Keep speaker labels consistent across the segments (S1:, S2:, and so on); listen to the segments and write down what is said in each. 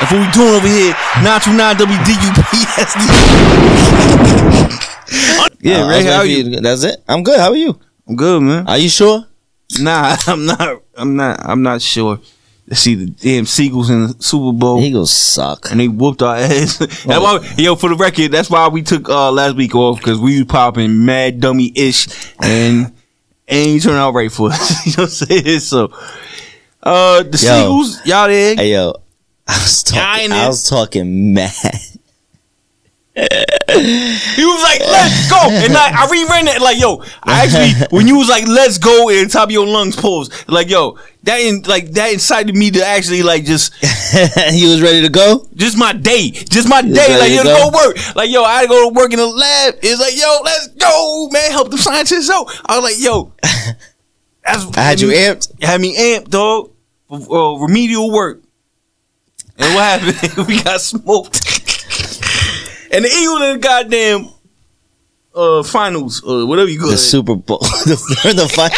S1: That's what we doing over here. 929 WDUPSD. yeah,
S2: Uh, I
S1: Ray,
S2: was
S1: how are
S2: waiting for
S1: you?
S2: to- That's it. I'm good. How are you?
S1: I'm good, man.
S2: Are you sure?
S1: Nah, I'm not. I'm not. I'm not sure. See the damn Seagulls in the Super Bowl,
S2: Eagles suck.
S1: and they whooped our ass. that's why, yo, for the record, that's why we took uh, last week off because we was popping mad dummy ish, and and you turned out right for us. you know what I'm saying? So, uh, the
S2: Yo.
S1: Seagulls, y'all there?
S2: Hey yo, I was talking.
S1: Kinda.
S2: I was talking mad.
S1: He was like, "Let's go," and like I reran that. Like, yo, I actually when you was like, "Let's go," and top of your lungs pulls. Like, yo, that in, like that incited me to actually like just
S2: you was ready to go.
S1: just my day, just my
S2: that
S1: day. Like,
S2: you
S1: yo,
S2: go?
S1: go work. Like, yo, I go to work in the lab. It's like, yo, let's go, man. Help them scientists out. I was like, yo, that's,
S2: I had you amped.
S1: Had me amped, dog. Uh, remedial work. And what happened? we got smoked. and the Eagles in the goddamn uh, finals, or whatever you call
S2: The
S1: it.
S2: Super Bowl. the, the fi-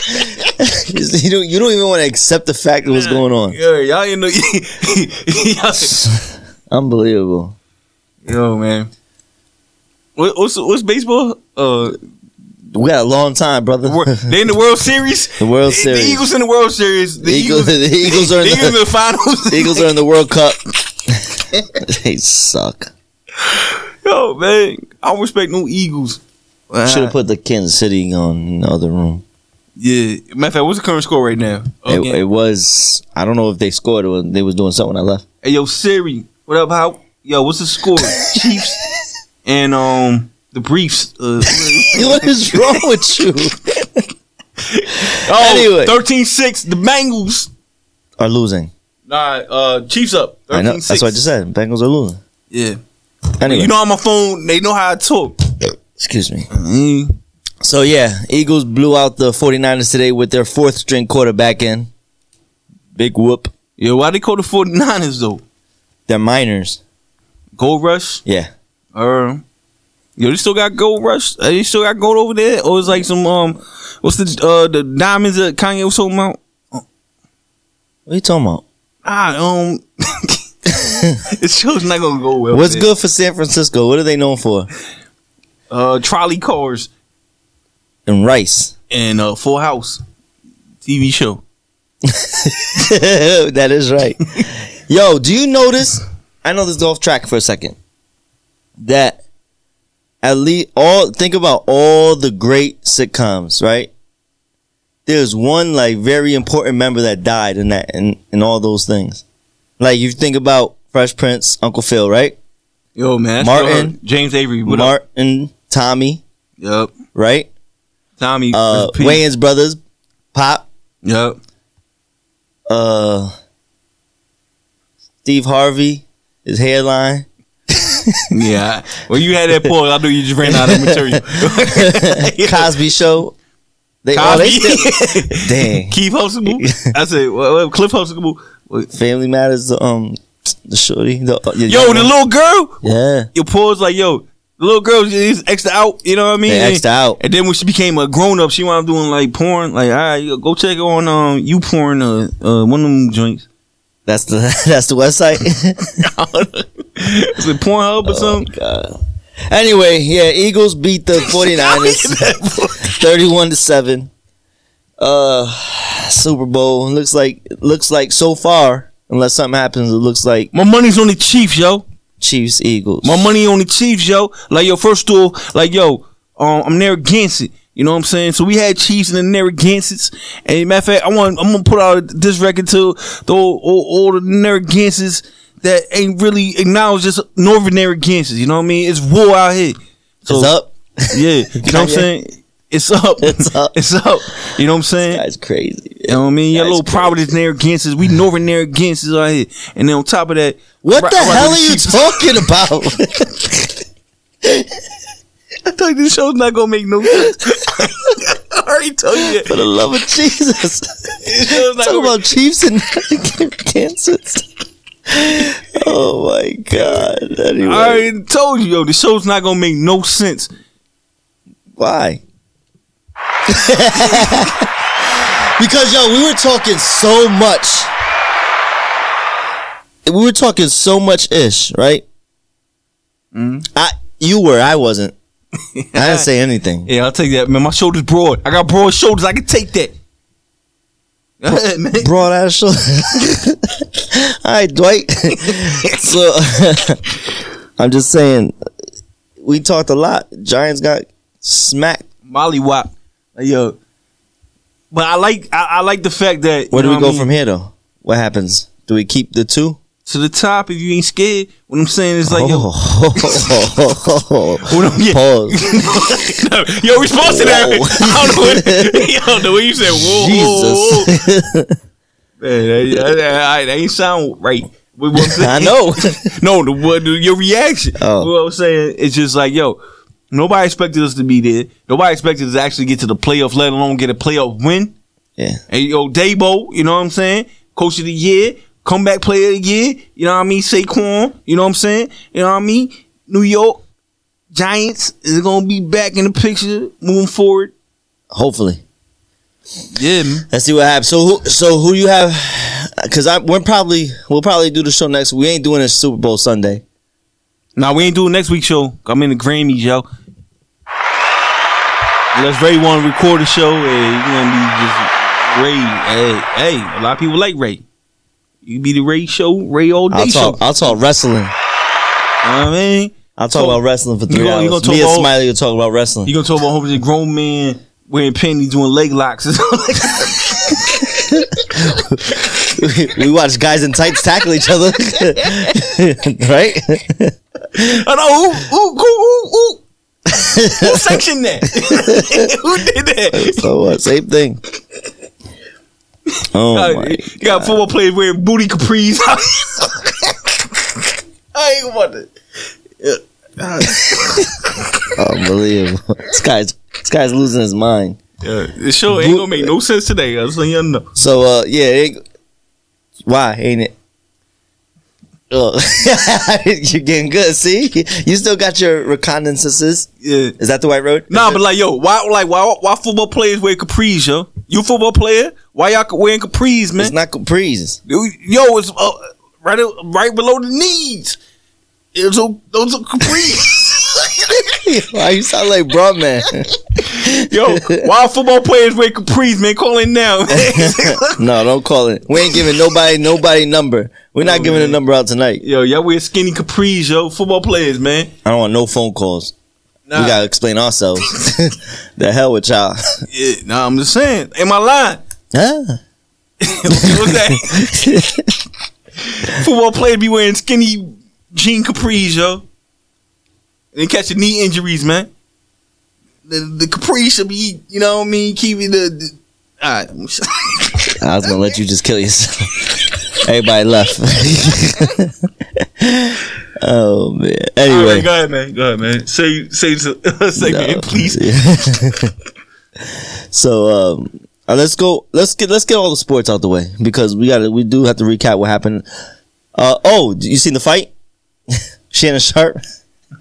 S2: you, don't, you don't even want to accept the fact of what's going on.
S1: Yeah, y'all in the.
S2: Unbelievable.
S1: y'all, yo, man. What, what's what's baseball? Uh,
S2: We got a long time, brother.
S1: wor- they in the World Series.
S2: The World
S1: The-
S2: Series.
S1: The Eagles in the World Series. The
S2: Eagles-
S1: Eagles.
S2: the Eagles are in
S1: the,
S2: the-
S1: Eagles in the finals.
S2: The Eagles are in the World Cup. they suck.
S1: Yo, man, I don't respect no Eagles. Ah.
S2: Should have put the Kansas City on in the other room.
S1: Yeah. Matter of fact, what's the current score right now?
S2: It,
S1: Okay.
S2: it was. I don't know if they scored or they was doing something when I left.
S1: Hey, yo, Siri, what up? How? Yo, what's the score? Chiefs and um the Briefs. Uh,
S2: what is wrong with you?
S1: oh,
S2: Anyway.
S1: 13-6, The Bengals.
S2: Are losing.
S1: Nah, uh, Chiefs up. 13-6.
S2: I know. That's what I just said. Bengals are losing.
S1: Yeah.
S2: Anyway,
S1: You know on my phone, they know how I talk.
S2: excuse me. So yeah, Eagles blew out the 49ers today with their fourth string quarterback in. Big whoop.
S1: Yo, why they call the 49ers though?
S2: They're minors.
S1: Gold Rush.
S2: Yeah.
S1: Uh, yo, they still got Gold Rush. Uh, they still got gold over there, or it's like some um, what's the uh the diamonds that Kanye was talking about?
S2: What are you talking about?
S1: Ah, um, this show's not gonna go well.
S2: What's
S1: man.
S2: good for San Francisco? What are they known for?
S1: Uh, trolley cars
S2: And rice.
S1: and uh, Full House TV show.
S2: that is right. Yo, do you notice? I know this is off track for a second. That at least all think about all the great sitcoms, right? There's one like very important member that died in that in, in all those things. Like you think about Fresh Prince, Uncle Phil, right?
S1: Yo, man,
S2: Martin.
S1: that's still her. James Avery, what up?
S2: Martin, Tommy,
S1: Yep,
S2: right?
S1: Tommy,
S2: Uh
S1: P.
S2: Wayans brothers, Pop,
S1: Yep,
S2: uh Steve Harvey, his hairline.
S1: yeah. When you had that pause, I knew you just ran out of material.
S2: Cosby Show. They, oh, they still,
S1: Cosby,
S2: dang.
S1: Keith Huxtable. I said, well, well, Cliff Huxtable. Wait.
S2: Family Matters. the, Um, the shorty. The, uh,
S1: Yo, the little girl.
S2: yeah.
S1: Your pause, like yo, the little girl is extra out. You know what I mean?
S2: They
S1: And-
S2: exed out.
S1: And then when she became a grown up, she wound up doing like porn. Like, all right, yo, go check her on um, you porn, uh, uh, one of them joints.
S2: That's the that's the website.
S1: Is it Pornhub or something?
S2: anyway, yeah, Eagles beat the 49ers 31 to 7. Uh Super Bowl. It Looks like it looks like so far, unless something happens, it looks like
S1: My money's on the Chiefs, yo.
S2: Chiefs Eagles.
S1: My money on the Chiefs, yo. Like, yo, first of all, like, yo, um, I'm Narragansett. You know what I'm saying? So we had Chiefs and the Narragansetts. And matter of fact, I want I'm gonna put out this record to the all, all, all the Narragansetts that ain't really acknowledged just Northern Narragansetts. You know what I mean? It's war out here. So
S2: is up.
S1: yeah, you know what I'm
S2: Kanye.
S1: saying? It's up.
S2: It's up.
S1: it's up. You know what I'm saying?
S2: That's crazy.
S1: You know what I mean? Your
S2: That's
S1: little
S2: crazy.
S1: Providence Narragansetts, we Northern Narragansetts out here. And then on top of that,
S2: What
S1: I'd
S2: the
S1: rather
S2: hell are you
S1: keep-
S2: talking about?
S1: I told you this show's not gonna make no sense. I already told you
S2: For
S1: that.
S2: the love of Jesus.
S1: This show's not
S2: Talk
S1: gonna
S2: about Chiefs and Kansas. Oh my God. Anyway,
S1: I already told you, yo, the show's not gonna make no sense.
S2: why? because yo, we were talking so much. We were talking so much ish, right? I, you were, I wasn't. I didn't say anything.
S1: Yeah, I'll take that, man. My shoulders broad. I got broad shoulders. I can take that. Go ahead, man.
S2: broad ass shoulder. All right, Dwight. so I'm just saying, we talked a lot. Giants got smacked.
S1: Molly Wop. Like, yo. But I like I, I like the fact that you
S2: Where do
S1: know
S2: we
S1: what
S2: go
S1: I mean?
S2: from here, though? What happens? Do we keep the two?
S1: to the top if you ain't scared. What I'm saying is
S2: Oh.
S1: like yo, What I'm- yeah.
S2: Pause.
S1: no, your response to that.
S2: Whoa.
S1: I don't know. What, I don't know what you said. Whoa, whoa, whoa.
S2: Jesus.
S1: Man, that, that- that- that ain't sound right. What I'm saying-
S2: I know.
S1: no, the what the- your reaction.
S2: Oh.
S1: What I'm saying it's just like yo. Nobody expected us to be there. Nobody expected us to actually get to the playoff, let alone get a playoff win.
S2: yeah.
S1: And yo, Dabo, you know what I'm saying? Coach of the year, comeback player of the year, you know what I mean? Saquon, you know what I'm saying? You know what I mean? New York Giants is gonna be back in the picture moving forward.
S2: Hopefully.
S1: Yeah.
S2: Let's see what happens. So who? So who you have? Because I we're probably we'll probably do the show next. We ain't doing a Super Bowl Sunday.
S1: Now we ain't doing next week's show. I'm in the Grammys, yo. Unless Ray wanna record a show, eh, you gonna be just Ray. Hey, hey, a lot of people like Ray. You be the Ray show, Ray all day
S2: I'll
S1: show.
S2: talk. I'll talk wrestling.
S1: You know what I mean?
S2: I'll talk
S1: So-
S2: about wrestling for
S1: You
S2: 3
S1: gonna- you
S2: hours.
S1: gonna
S2: Me
S1: talk
S2: and
S1: about-
S2: Smiley will talk about wrestling.
S1: You gonna talk about a whole bunch of grown men wearing panties doing leg locks or something like that.
S2: we watch guys in tights tackle each other, right?
S1: I know who who who who, who, who sanctioned that? who did that?
S2: so what? Same thing. Oh my!
S1: you got football players wearing booty capris. I ain't want it.
S2: Unbelievable. This guy's this guy's losing his mind.
S1: Yeah, the show ain't gonna make no sense today. I was letting y'all know.
S2: So uh, yeah, it, why ain't it? Ugh. You're getting good. See, you still got your reconnaissances.
S1: Yeah.
S2: Is that the white road?
S1: Nah, but like, yo, why, like, why, why football players wear capris, yo? You football player? Why y'all wearing capris, man?
S2: it's not capris.
S1: Yo, it's uh, right right below the knees. It's a, those are capris.
S2: Why you sound like bro man?
S1: Yo, why football players wear capris, man? Call in now.
S2: no, don't call it. We ain't giving nobody nobody number. We're not giving a number out tonight.
S1: yo, y'all wear skinny capris, yo. Football players, man.
S2: I don't want no phone calls.
S1: Nah,
S2: We gotta explain ourselves. the hell with y'all.
S1: yeah, nah, I'm just saying. Am I lying?
S2: Huh?
S1: What's that? football players be wearing skinny jean capris, yo. And catching knee injuries, man. The, the capri should be, you know what I mean? Keeping the. the all right. I'm sh-
S2: I was gonna let you just kill yourself. Everybody left. oh man.
S1: All
S2: Anyway.
S1: right, go ahead, man. Go ahead, man. Say, say, say,
S2: No.
S1: man, please.
S2: so um uh, let's go let's get let's get all the sports out the way because we gotta we do have to recap what happened. Uh oh, you seen the fight? Shannon Sharp?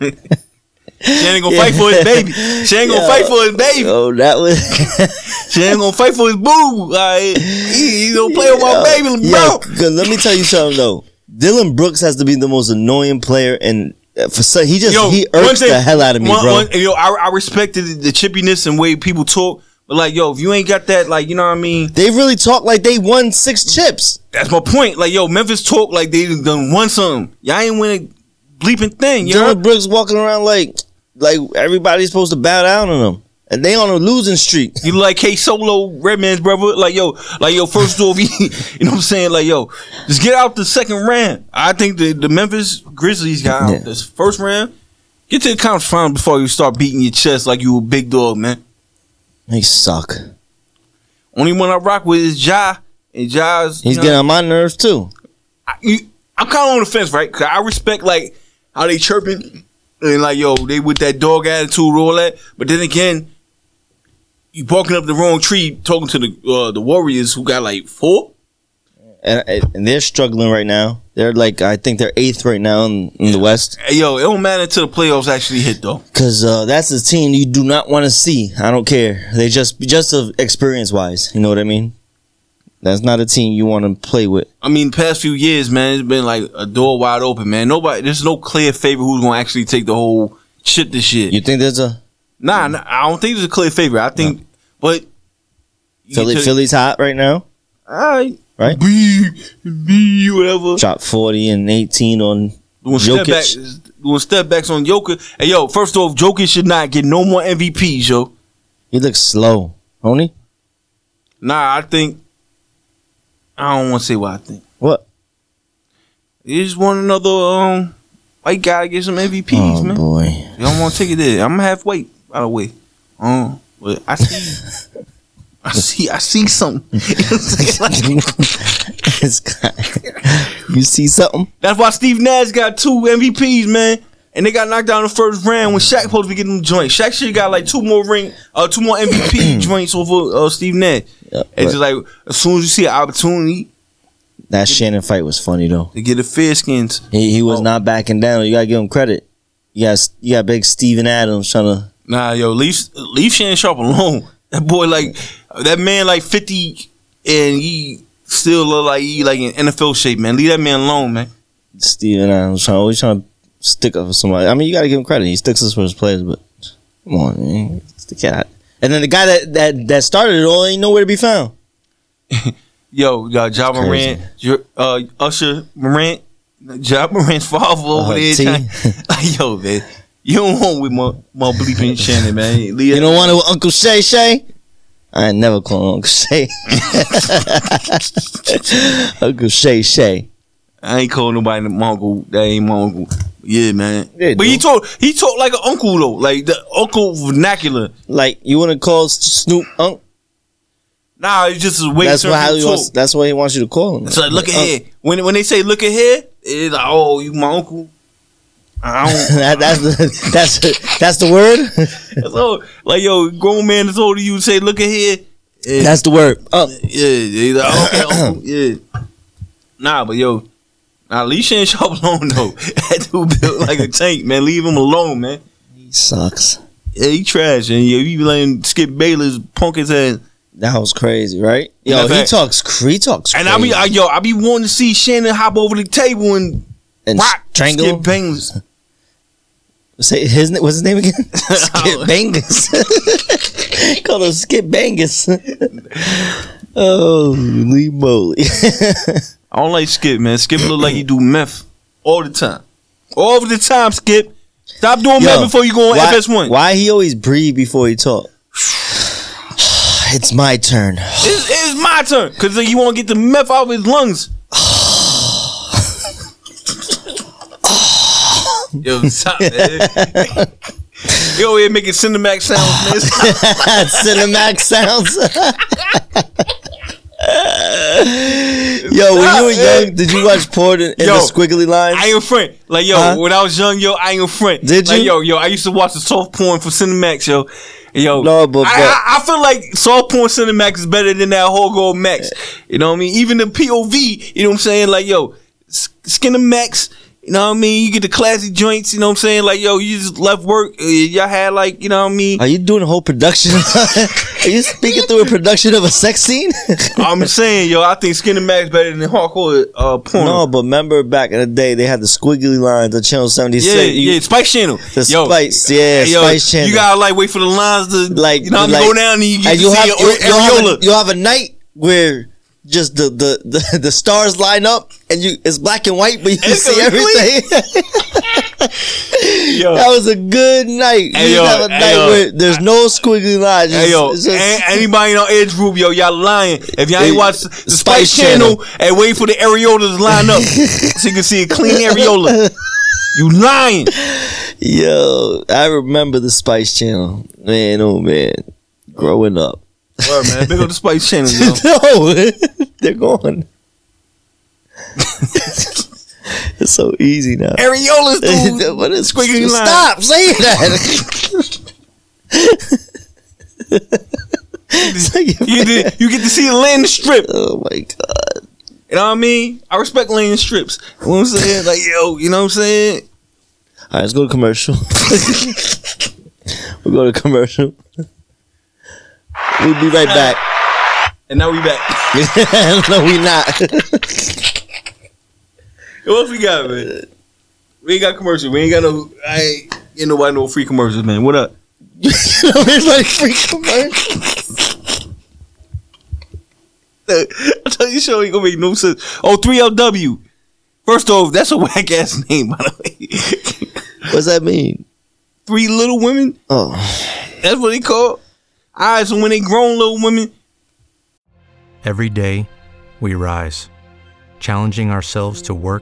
S1: She ain't gonna fight for his baby. She ain't gonna
S2: Yeah.
S1: fight for his baby.
S2: Oh that was
S1: She ain't gonna fight for his boo. All right. He, he gonna play with my baby,
S2: Yeah,
S1: bro.
S2: 'cause let me tell you something though. Dylan Brooks has to be the most annoying player, and for so, he just he irks the hell out of me,
S1: one-
S2: bro.
S1: one- yo, I, I respected the chippiness and way people talk, but like, yo, if you ain't got that, like, you know what I mean?
S2: they really talk like they won six chips.
S1: That's my point. Like, yo, Memphis talk like they done won something. Y'all ain't win a bleeping thing. You know?
S2: Dylan Brooks walking around like like everybody's supposed to bow down on him, and they on a losing streak.
S1: You like K Solo, Redman's brother. Like yo, like yo, first off, you know what I'm saying? Like yo, just get out the second round. I think the, the Memphis Grizzlies got out
S2: Yeah.
S1: this first round. Get to the conference final before you start beating your chest like you a big dog, man.
S2: They suck.
S1: Only one I rock with is Ja, and Ja's.
S2: He's
S1: you know,
S2: getting on my nerves too.
S1: I, you, I'm kind of on the fence, right? 'Cause I respect like how they chirping and like yo, they with that dog attitude, and all that. But then again, you barking up the wrong tree, talking to the uh, the Warriors who got like four.
S2: And, and they're struggling right now. They're like, I think they're eighth right now in, in the West.
S1: Hey, yo, it don't matter until the playoffs actually hit though.
S2: Cause uh, that's a team you do not want to see. I don't care. They just just of experience wise, you know what I mean. That's not a team you want to play with.
S1: I mean, past few years, man, it's been like a door wide open, man. Nobody, there's no clear favorite who's gonna actually take the whole shit this year.
S2: You think there's a
S1: nah, nah, I don't think there's a clear favorite. I think, but you
S2: Philly,
S1: took-
S2: Philly's hot right now,
S1: Alright.
S2: right?
S1: B, B, whatever.
S2: Dropped forty and eighteen on
S1: Doing step, back,
S2: Jokic.
S1: doing step backs on Joker. Hey, yo, first off, Joker should not get no more MVPs, yo.
S2: He looks slow, don't he?
S1: Nah, I think. I don't want to say what I think.
S2: What?
S1: You just want another um, white guy to get some MVPs,
S2: Oh
S1: man.
S2: boy.
S1: You don't want to take it there. I'm halfway, by the way. Um, but I see, I see, I see something.
S2: This guy. you see something?
S1: That's why Steve Nash got two MVPs, man. And they got knocked down in the first round when Shaq supposed to be getting them joints. Shaq should got like two more ring, uh, two more MVP joints over uh, Steve Nash.
S2: Yeah,
S1: it's just like as soon as you see an opportunity
S2: That Shannon fight was funny though.
S1: to get the fair skins,
S2: He, he was
S1: Oh.
S2: not backing down. You gotta give him credit. You got you got big Steven Adams trying to.
S1: nah, yo, leave leave Shannon Sharp alone. That boy, like that man, like fifty, and he still look like he like in NFL shape, man. Leave that man alone, man.
S2: Steven Adams trying always trying to stick up for somebody. I mean, you got to give him credit. He sticks up for his players, but come on, man, It's the cat. And then the guy that that that started it all ain't nowhere to be found.
S1: Yo, uh, Ja Morant, your, uh, Usher Morant, Ja Morant's father over
S2: Uh,
S1: there.
S2: T.
S1: trying- like, yo, man, you don't want with my, my bleeping Shannon, man. Leave
S2: You don't want it with Uncle Shay Shay. I ain't never call him Uncle Shay. Uncle Shay Shay.
S1: I ain't calling nobody my uncle. That ain't my uncle. Yeah, man.
S2: Yeah,
S1: but he
S2: dude.
S1: talk, he talk like an uncle though, like the uncle vernacular.
S2: Like you want to call S- Snoop Unc?
S1: Nah, it's just a way
S2: That's
S1: certain
S2: what how he
S1: talk.
S2: wants. That's what he wants you to call him.
S1: It's like, look at
S2: Unc.
S1: here. When when they say look at here, it's like, oh, you my uncle. I don't.
S2: that, that's the, that's the, that's the word.
S1: That's all. Like yo, grown man that's older, you say look at here. Yeah.
S2: That's the word. Unc.
S1: Yeah, he's like, okay, uncle, yeah. Nah, but yo, nah, leave Shannon Sharp alone though. that dude built like a tank, man. Leave him alone, man.
S2: He sucks.
S1: Yeah, he trash, and yeah, you be letting Skip Bayless punk his ass.
S2: That was crazy, right?
S1: Matter
S2: Yo,
S1: of
S2: he
S1: fact-
S2: talks. cr- He talks.
S1: And I be,
S2: crazy.
S1: I, yo, I be wanting to see Shannon hop over the table and
S2: and
S1: rock
S2: strangle.
S1: Skip
S2: him.
S1: Bayless.
S2: Say his na- what's his name again?
S1: Oh.
S2: Skip Bangus. Call him Skip Bangus. oh, Lee Moly.
S1: I don't like Skip, man. Skip look like he do meth all the time, all the time. Skip, stop doing meth before you go on
S2: why,
S1: FS1.
S2: Why he always breathe before he talk? it's my turn.
S1: It's, it's my turn because you want to get the meth out of his lungs. Yo, stop, man. Yo, here making Cinemax sounds, man. Stop.
S2: Cinemax sounds. yo, when you were young, did you watch porn in, in
S1: Yo,
S2: the squiggly lines?
S1: I ain't a friend. Like, yo,
S2: Huh?
S1: when I was young, yo, I ain't a friend.
S2: Did
S1: Like,
S2: you?
S1: yo, yo, I used to watch the soft porn for Cinemax, yo. Yo,
S2: No, but-
S1: I,
S2: but-
S1: I, I feel like soft porn Cinemax is better than that whole gold max. You know what I mean? Even the POV, you know what I'm saying? Like, yo, Skinner Max, you know what I mean? You get the classy joints, you know what I'm saying? Like, yo, you just left work, uh, y'all had like, you know what I mean?
S2: Are you doing a whole production? Are you speaking through a production of a sex scene?
S1: I'm saying, yo, I think Skinner Max better than hardcore uh, porn.
S2: no, but remember back in the day, they had the squiggly lines on Channel 76.
S1: Yeah,
S2: You-
S1: yeah, Spice Channel.
S2: The
S1: yo,
S2: Spice, yeah,
S1: yo,
S2: Spice Channel.
S1: You gotta like wait for the lines to like,
S2: like,
S1: you know,
S2: like-
S1: go down and you,
S2: and
S1: you
S2: you'll
S1: see
S2: have,
S1: it,
S2: you'll, you'll
S1: areola.
S2: have a, you'll have a night where just the, the, the, the stars line up and you it's black and white, but you can
S1: It's
S2: see
S1: gonna be
S2: everything.
S1: yo,
S2: that was a good night.
S1: Hey,
S2: you
S1: yo,
S2: have a
S1: hey,
S2: night
S1: yo.
S2: where there's no squiggly lines.
S1: hey, yo,
S2: It's just-
S1: a- anybody on Edge Group, yo, y'all lying. If y'all ain't
S2: Hey,
S1: watch the Spice,
S2: Spice
S1: Channel, and wait for the areolas to line up so you can see a clean areola. You lying.
S2: Yo, I remember the Spice Channel. Man, oh man. growing up.
S1: Word, man. Big up the Spice Channel, yo.
S2: no, they're gone. it's so easy now.
S1: Areolas, dude.
S2: what is
S1: squiggly line?
S2: Stop saying that. It's like-
S1: You get, to, you get to see Lynn strip.
S2: oh my god.
S1: You know what I mean? I respect Lynn strips. You know what I'm saying? Like, yo, you know what I'm saying?
S2: All right, let's go to commercial. we'll go to commercial. We'll be right back.
S1: And now we back.
S2: no, we not.
S1: What else we got, man? We ain't got commercials. We ain't got no. I ain't get nobody no free commercials, man. What up?
S2: It's like free commercial.
S1: I tell you, show ain't gonna make no sense. Oh, 3LW. First off, that's a whack ass name, by the way.
S2: What's that mean?
S1: Three little women.
S2: Oh,
S1: That's what they call. All right, so when they grown little women,
S3: Every day, we rise, challenging ourselves to work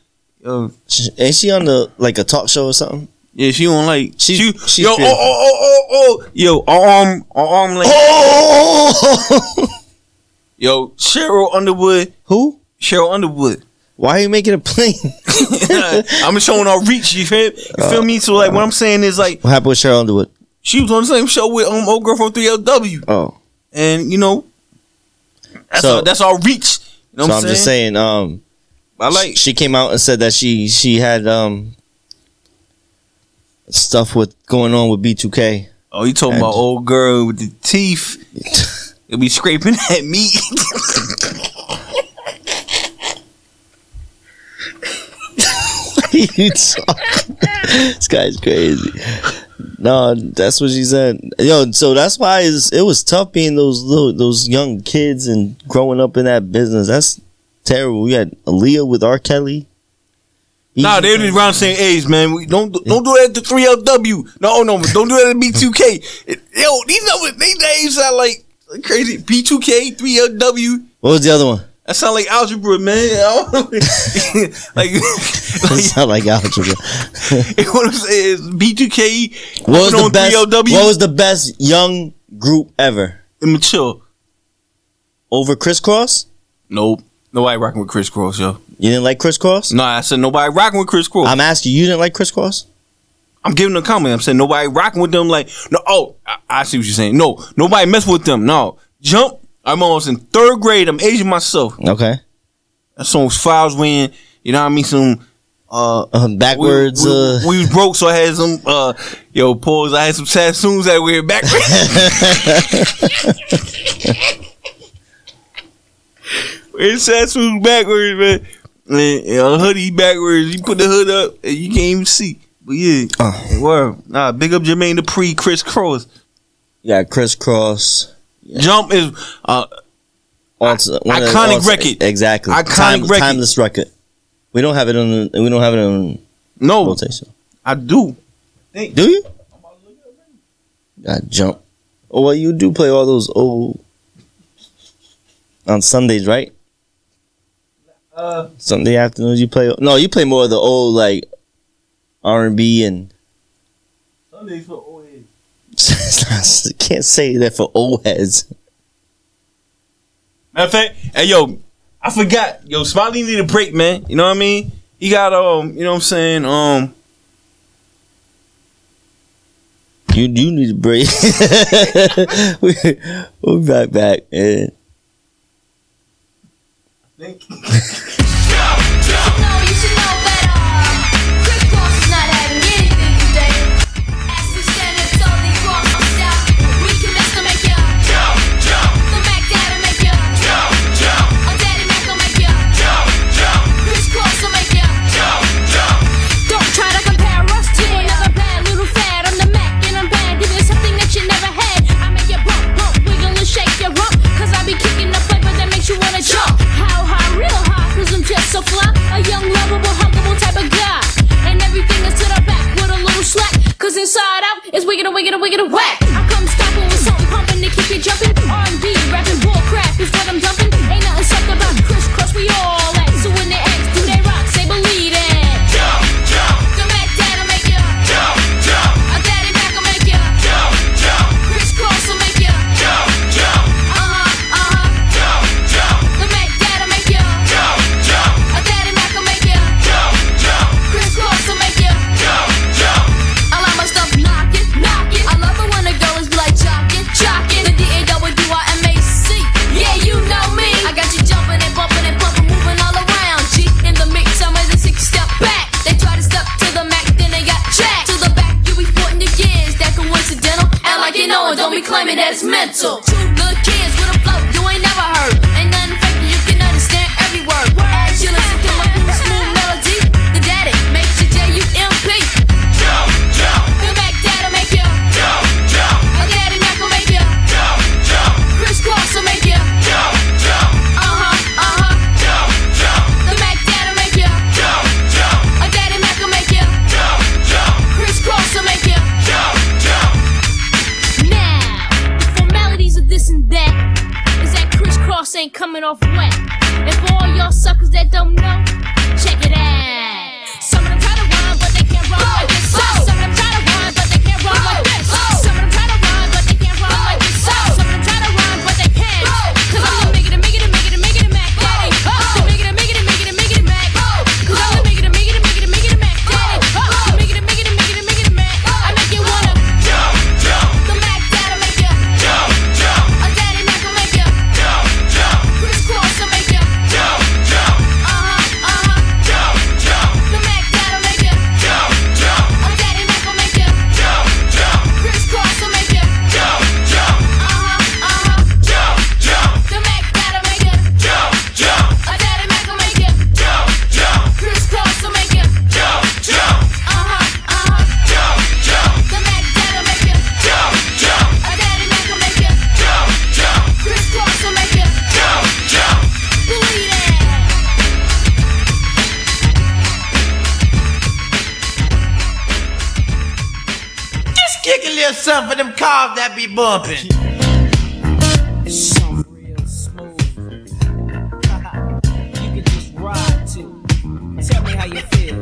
S1: Uh,
S2: Sh- Ain't she on the like a talk show or something?
S1: yeah, she don't like.
S2: She's-
S1: she,
S2: she's
S1: yo, oh,
S2: fearful.
S1: oh, oh, oh, oh, yo, arm, arm, like,
S2: Oh,
S1: yo, Cheryl Underwood,
S2: who?
S1: Cheryl Underwood.
S2: Why are you making a plane?
S1: I'm showing our reach. You feel, you
S2: Oh.
S1: feel me? So like, what I'm saying is like,
S2: what happened with Cheryl Underwood?
S1: she was on the same show with um, old girl from 3LW,
S2: Oh,
S1: and you know, that's
S2: So-
S1: our, that's our reach. You know what
S2: so I'm
S1: I'm, saying?
S2: just saying. Um,
S1: I like
S2: she came out and said that she she had um stuff with going on with B2K.
S1: Oh, you talking about old girl with the teeth? It be scraping at meat.
S2: You talk- this guy's crazy. No, that's what she said. Yo, so that's why it's, it was tough being those little, those young kids and growing up in that business. That's terrible. We had Aaliyah with R. Kelly.
S1: nah, they was around the same age, man. We don't do- don't do that to three LW. No, no, don't do that to B two K. Yo, these numbers, these names sound like crazy. B two K, three LW.
S2: What was the other one?
S1: That sound like algebra, man. I don't know. like,
S2: It
S1: like,
S2: sounded like algebra.
S1: what I'm saying is B2K.
S2: What was
S1: hopping
S2: the
S1: on
S2: best?
S1: 3LW,
S2: What was the best young group ever?
S1: immature?
S2: Over Crisscross?
S1: Nope. Nobody rocking with Chris Cross, yo.
S2: You didn't like Crisscross?
S1: No, I said nobody rocking with Chris Cross. I'm,
S2: I'm asking you. You didn't like Crisscross?
S1: giving a comment. I'm saying nobody rocking with them. Like, no, oh, I, I see what you're saying. No, nobody mess with them. No, jump. I'm almost in third grade. I'm Asian myself.
S2: Okay.
S1: That song's files when you know what I mean. Some uh,
S2: Um,
S1: we,
S2: backwards.
S1: we-
S2: uh,
S1: we was broke, so I had some uh, yo pause. I had some Samsungs that were backwards. It's Samsung backwards, man. And, and a hoodie backwards. You put the hood up, and you can't even see. But yeah, word. Nah, big up Jermaine Dupri, Chris Cross.
S2: you got Crisscross.
S1: Jump is uh,
S2: Also, one of the-
S1: Iconic
S2: also-
S1: record.
S2: Exactly.
S1: Iconic
S2: Time-
S1: record.
S2: Timeless record. We don't have it on. We don't have it on
S1: no,
S2: rotation.
S1: I do.
S2: Do you? I jump. Oh, well, you do play all those old on Sundays, right? Uh, Sunday afternoons you play. No, you play more of the old like R and B and. Sundays for old heads. Can't say that for old heads.
S1: Matter of fact, hey yo, I forgot. Yo, Smiley need a break, man. You know what I mean? He got um, you know what I'm saying? Um
S2: You do need a break. we, we'll be right back. And
S4: Don't try to compare us to another bad little fad. I'm the Mac and I'm bad, giving something that you never had. I make it bump, bump, wiggle and shake your rump. Cause I be kicking the flavor that makes you wanna jump. How high, real high, cause I'm just so fly. A young, lovable, huggable type of guy. And everything is to the back with a little slack. Cause inside out is wicked and wicked and wicked and whack. I come stomping with something pumping to keep you jumping. R&B, rapping, bull crap is what I'm dumping. Ain't nothing sucked about crisscross, we all at. So when they ask, do they rock, say believe it. Come back, dad'll make ya. Jump, jump. A daddy back will make ya. Jump, jump. Crisscross will make ya. Jump, jump. Uh huh, uh huh. Jump, jump. Come back, dad'll make ya. Jump, jump. A daddy back will make ya. Jump, jump. Crisscross will make ya. Jump, jump. I like my stuff knocking, knocking. I love it when the girl is like jocking, jocking. The D A double D Y M A C. Yeah, you know me. I got you jumping and bumping and bumping, moving all around. G in the mix, I'm at the six step back. They try to step to the Mac, then they got jacked. To the back, you be sporting your gears. That coincidental. And like you know, it, don't be claiming that it's mental. Two little kids with a flow, you ain't never heard. Ain't nothing fake, you can understand every word. As you listen to my smooth melody, the daddy makes you J U M P. Come back, dad'll make ya. Jump, jump. A daddy Mac will make ya. Jump, jump. Crisscross will make ya. Jump, jump. Uh huh, uh huh. Jump, jump. The Mac dad'll make ya. Jump, jump. A daddy Mac will make ya. Jump, jump. Crisscross will make ya. Jump, jump. Now, the formalities of this and that is that crisscross ain't coming off wet. And for all y'all suckers that don't know, check it out. Some of them try to run, but they can't run like this. Some of them try to run, but they can't run like this. Some of them try to run, but they can't run like this. Some of them try to run, but they can't. Cause I'm the make it, make it, make it, make it, Mac Daddy. The make it, make it, make it, make it, Mac. Cause I'm the make it, make it, make it, make it, Mac Daddy. The make it, make it, make it, make it, Mac. I make you wanna jump, jump. The Mac Daddy make you jump, jump. A Daddy Mac will make you jump, jump. Chris Cross will make you jump, jump. Uh huh, uh huh. Jump, jump. The Mac Daddy make you jump, jump. A Daddy Mac will make you jump, jump. Chris Cross will make you jump, jump. Uh huh, uh huh. Jump, jump. The Mac Daddy make you jump, jump. A Daddy Mac will make you jump, jump. Chris Cross will make you jump, jump. Uh huh, uh huh. Jump, jump. The Mac Daddy make you jump, jump. A Daddy Mac will make you jump, jump. Chris Cross will make you jump, jump. Believe that.
S5: Just kick a little something for them cars that be bumping.
S6: Some real smooth. you can just ride to. Tell me how you feel.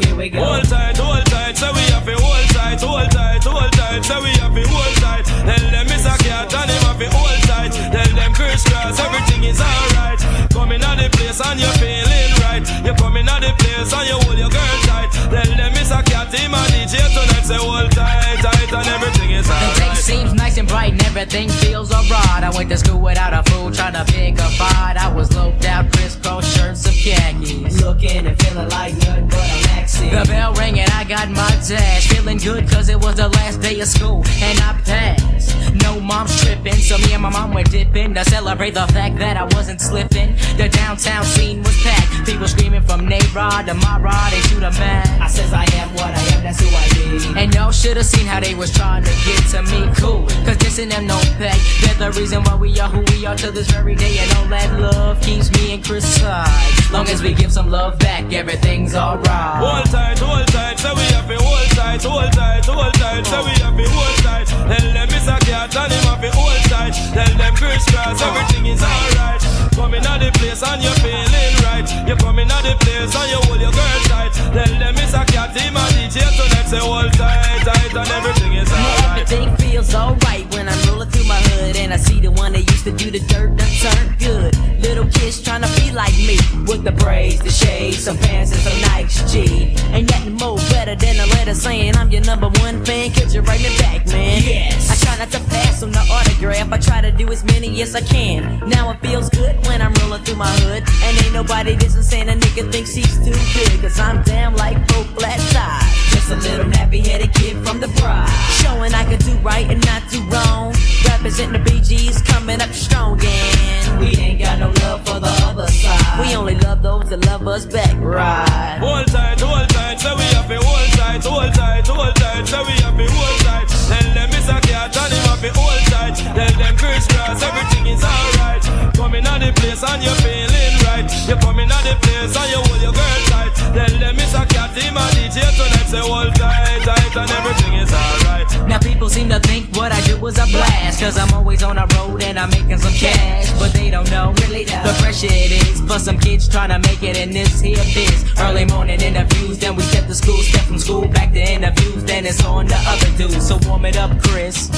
S6: Here we go.
S7: Hold tight, hold tight, so we have to hold tight, hold tight, hold tight, so we have to hold tight. Tell them it's a cat and them have to hold tight. Tell them crisscross, everything is alright. Coming out the place and you're feeling right. You're coming out the place and you hold your girl tight. Tell them it's a cat, him and DJ tonight, say hold tight, tight, and everything is
S6: The day
S7: alright.
S6: seems nice and bright and everything feels alright. I went to school without a food, trying to pick a fight. I was loped out, crisscross shirts of khakis. Looking and feeling like nothing but a maxi. The bell rang and I got my dash. Feeling good cause it was the last day of school and I passed. No mom's tripping, so me and my mom were dipping to celebrate the fact that I wasn't slipping. The downtown scene was packed. People screaming from Nayrod to my rod and shoot a man. I says I am what I am, that's who I be. And y'all should have seen how they was trying to get to me. Cool, cause dissing them no pay. They're the reason why we are who we are to this very day. And all that love keeps me and Chris side. Long as we give some love back, everything's alright.
S7: Hold tight, hold tight, so we have to hold tight, hold tight, hold tight, so we have to hold tight. Tell them it's a cat and him have to hold tight. Tell them crisscross, everything is alright. Coming out the place and you're feeling right. You're coming out the place and you hold your girl tight. Tell them it's a cat, him and DJ tonight, say hold tight, tight, and everything is alright.
S6: Everything feels alright when I'm rolling through my hood and I see the one that used to do the dirt that turned good. Little kids tryna be like me with the braids, the shades, some pants and some Nikes, G. And yet more better than a letter saying I'm your number one fan. Could you write me back, man? Yes. I try not to pass on the autograph. I try to do as many as I can. Now it feels good when I'm rolling through my hood, and ain't nobody dissing saying a nigga thinks he's too good. Cause I'm damn like four flat tires. Just a little nappy-headed kid from the pride, showing I can do right and not do wrong. Representing the BGs coming up strong and we ain't got no love for the other side. We only love those that love us back, right?
S7: Hold tight, hold tight, so we have to hold tight, hold tight, hold tight, so we have to hold tight. Tell them it's a cat and him have to hold tight. Tell them first class, everything is alright. Coming on the place and you're feeling right. You're coming on the place and you hold your girl tight. Tell them it's a cat, him and DJ tonight, say hold tight, tight, and everything is alright.
S6: Now people seem to think what I do is a blast Cause I'm always on the road and I'm making some cash But they don't know really the pressure it is For some kids trying to make it in this here biz Early morning interviews, then we step to school Step from school, back to interviews Then it's on to other dudes, so warm it up Chris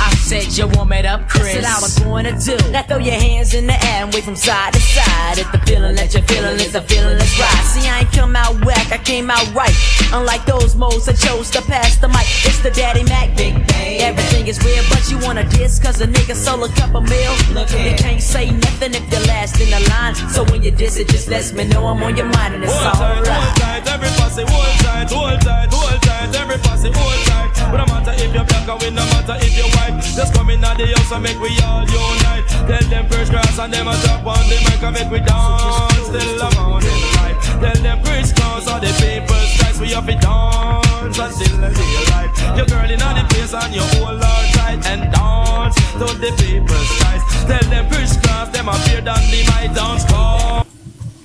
S6: I said you warm it up, Chris. That's what I was born to do. Now throw your hands in the air and wave from side to side. If the feeling that you're feeling is a feeling that's right. See, I ain't come out whack, I came out right. Unlike those moles that chose to pass the mic, it's the Daddy Mac. Big bang. Everything is real, but you wanna diss cause a nigga sold a cup of milk. Look you can't say nothing if you're last in the line. So when you diss it, just let me know I'm on your mind and it's
S7: Hold tight, hold
S6: alright.
S7: tight, every posse, hold tight, hold tight, hold tight, every posse, hold tight. But no matter if you're black or we no matter if you're white, just come in at the house and make we all unite. Tell them first class and them a drop on the mic and make we dance till the morning light. Tell them Chris Cross all the people's choice, we have to dance until the daylight. Your girl in all the place and you hold her tight and dance to the people's choice. Tell them Chris Cross, them appear down the mic, dance call.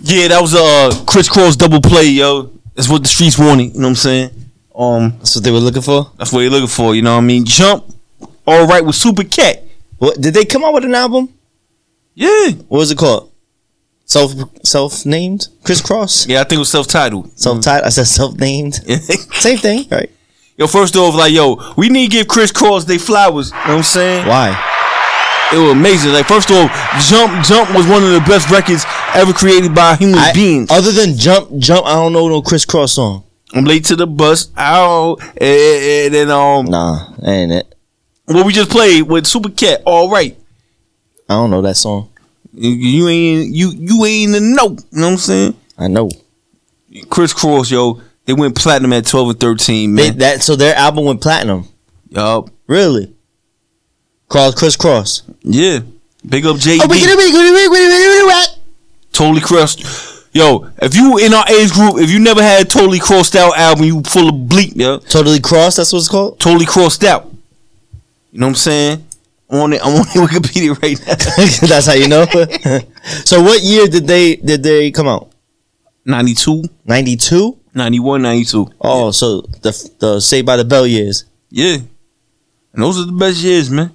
S1: Yeah, that was a uh, crisscross double play, yo. That's what the streets wanted. You know what I'm saying? Um,
S2: That's what they were looking for.
S1: that's what you're looking for. You know what I mean? Jump. All right with Super Cat.
S2: What did they come out with an album?
S1: Yeah.
S2: What was it called? Self self named? Crisscross?
S1: Yeah, I think it was self-titled.
S2: Self titled. I said self named. Same thing, right?
S1: yo, first off, like, yo, we need to give crisscross they flowers. You know what I'm saying?
S2: Why?
S1: It was amazing. Like, first off, Jump Jump was one of the best records ever created by human
S2: I-
S1: beings.
S2: Other than jump, jump. I don't know no crisscross song.
S1: I'm late to the bus. Ow. And, and then, um,
S2: Nah, that ain't it.
S1: what we just played with Super Cat. All right.
S2: I don't know that song.
S1: You- You ain't, you, you ain't the know. You know what I'm saying?
S2: I know
S1: crisscross, yo. They went platinum at 12 and 13,
S2: they,
S1: man.
S2: that. So their album went platinum.
S1: Yup.
S2: Really? Cross crisscross.
S1: yeah. Big up JD.
S2: Oh, we gonna be gonna be gonna
S1: totally crossed. Yo, if you in our age group, if you never had totally crossed out album, you full of bleep, yo.
S2: Totally cross. That's what it's called.
S1: Totally crossed out. You know what I'm saying? I'm on it. I'm on it Wikipedia right now.
S2: That's how you know. so what year did they did they come out?
S1: 92,
S2: Ninety two.
S1: 91, 92.
S2: Oh, so the the Saved by the Bell years.
S1: Yeah. And those are the best years, man.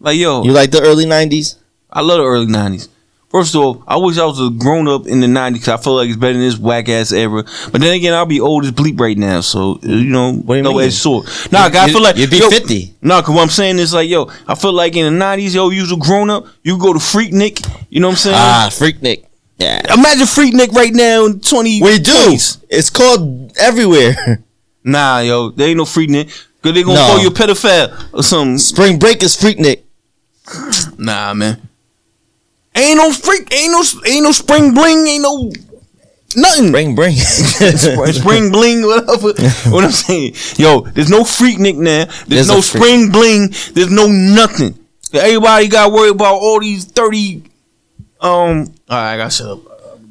S1: Like, yo,
S2: You like the early nineties?
S1: I love the early nineties. First of all, I wish I was a grown up in the nineties because I feel like it's better than this whack ass era. But then again, I'll be old as bleep right now, so uh, you know,
S2: do you
S1: no
S2: mean?
S1: edge sword. Nah, I
S2: you-
S1: feel like
S2: you'd be
S1: yo,
S2: 50.
S1: Nah, cause what I'm saying is like, yo, I feel like in the nineties, yo, you was a grown up. You go to Freak Nick, you know what I'm saying?
S2: Ah, Freak Nick. Yeah.
S1: Imagine Freak Nick right now in twenty.
S2: We do.
S1: 20s.
S2: It's called everywhere.
S1: Nah, yo, there ain't no Freak Nick. Cause they gonna
S2: No.
S1: call you a pedophile or something.
S2: Spring Break is Freak Nick.
S1: Nah, man. Ain't no freak. Ain't no. Ain't no spring bling. Ain't no nothing.
S2: Bring, bring.
S1: Or spring bling, whatever. what I'm saying, yo, there's no freak nick now. There's,
S2: There's
S1: no
S2: a freak.
S1: spring bling. There's no nothing. Everybody got worried about all these thirty. Um, all right, I got shut up.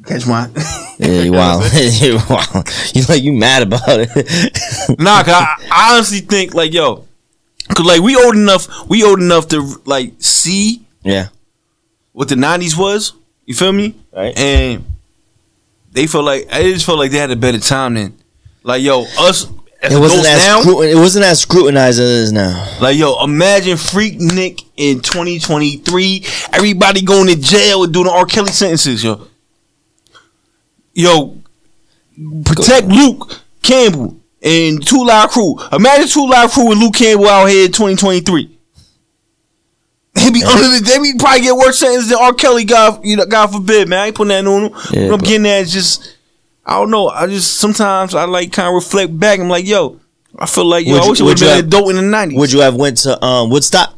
S1: Catch mine.
S2: yeah, wow. wow. You like you mad about it?
S1: nah, 'cause I, I honestly think like yo, cause like we old enough. We old enough to like see
S2: yeah.
S1: what the '90s was. You feel me?
S2: Right.
S1: And they felt like I just felt like they had a better time then. Like yo, us. as
S2: It wasn't
S1: adults
S2: as
S1: now,
S2: scrutin- it wasn't as scrutinized as it is now.
S1: Like yo, imagine Freak Nick in 2023. Everybody going to jail and doing R. Kelly sentences, yo. Yo, protect Luke Campbell and Two Live Crew. Imagine Two Live Crew and Luke Campbell out here in 2023. He be under the. They be probably get worse sentences than R. Kelly. God, you know, God forbid, man. I ain't putting that on him.
S2: Yeah,
S1: what I'm
S2: but-
S1: getting at is just, I don't know. I just sometimes I like kind of reflect back. I'm like, yo, I feel like yo,
S2: Would
S1: I
S2: you-
S1: wish I would
S2: would
S1: been
S2: you
S1: an
S2: have-
S1: adult in the nineties.
S2: Would you have went to um Woodstock?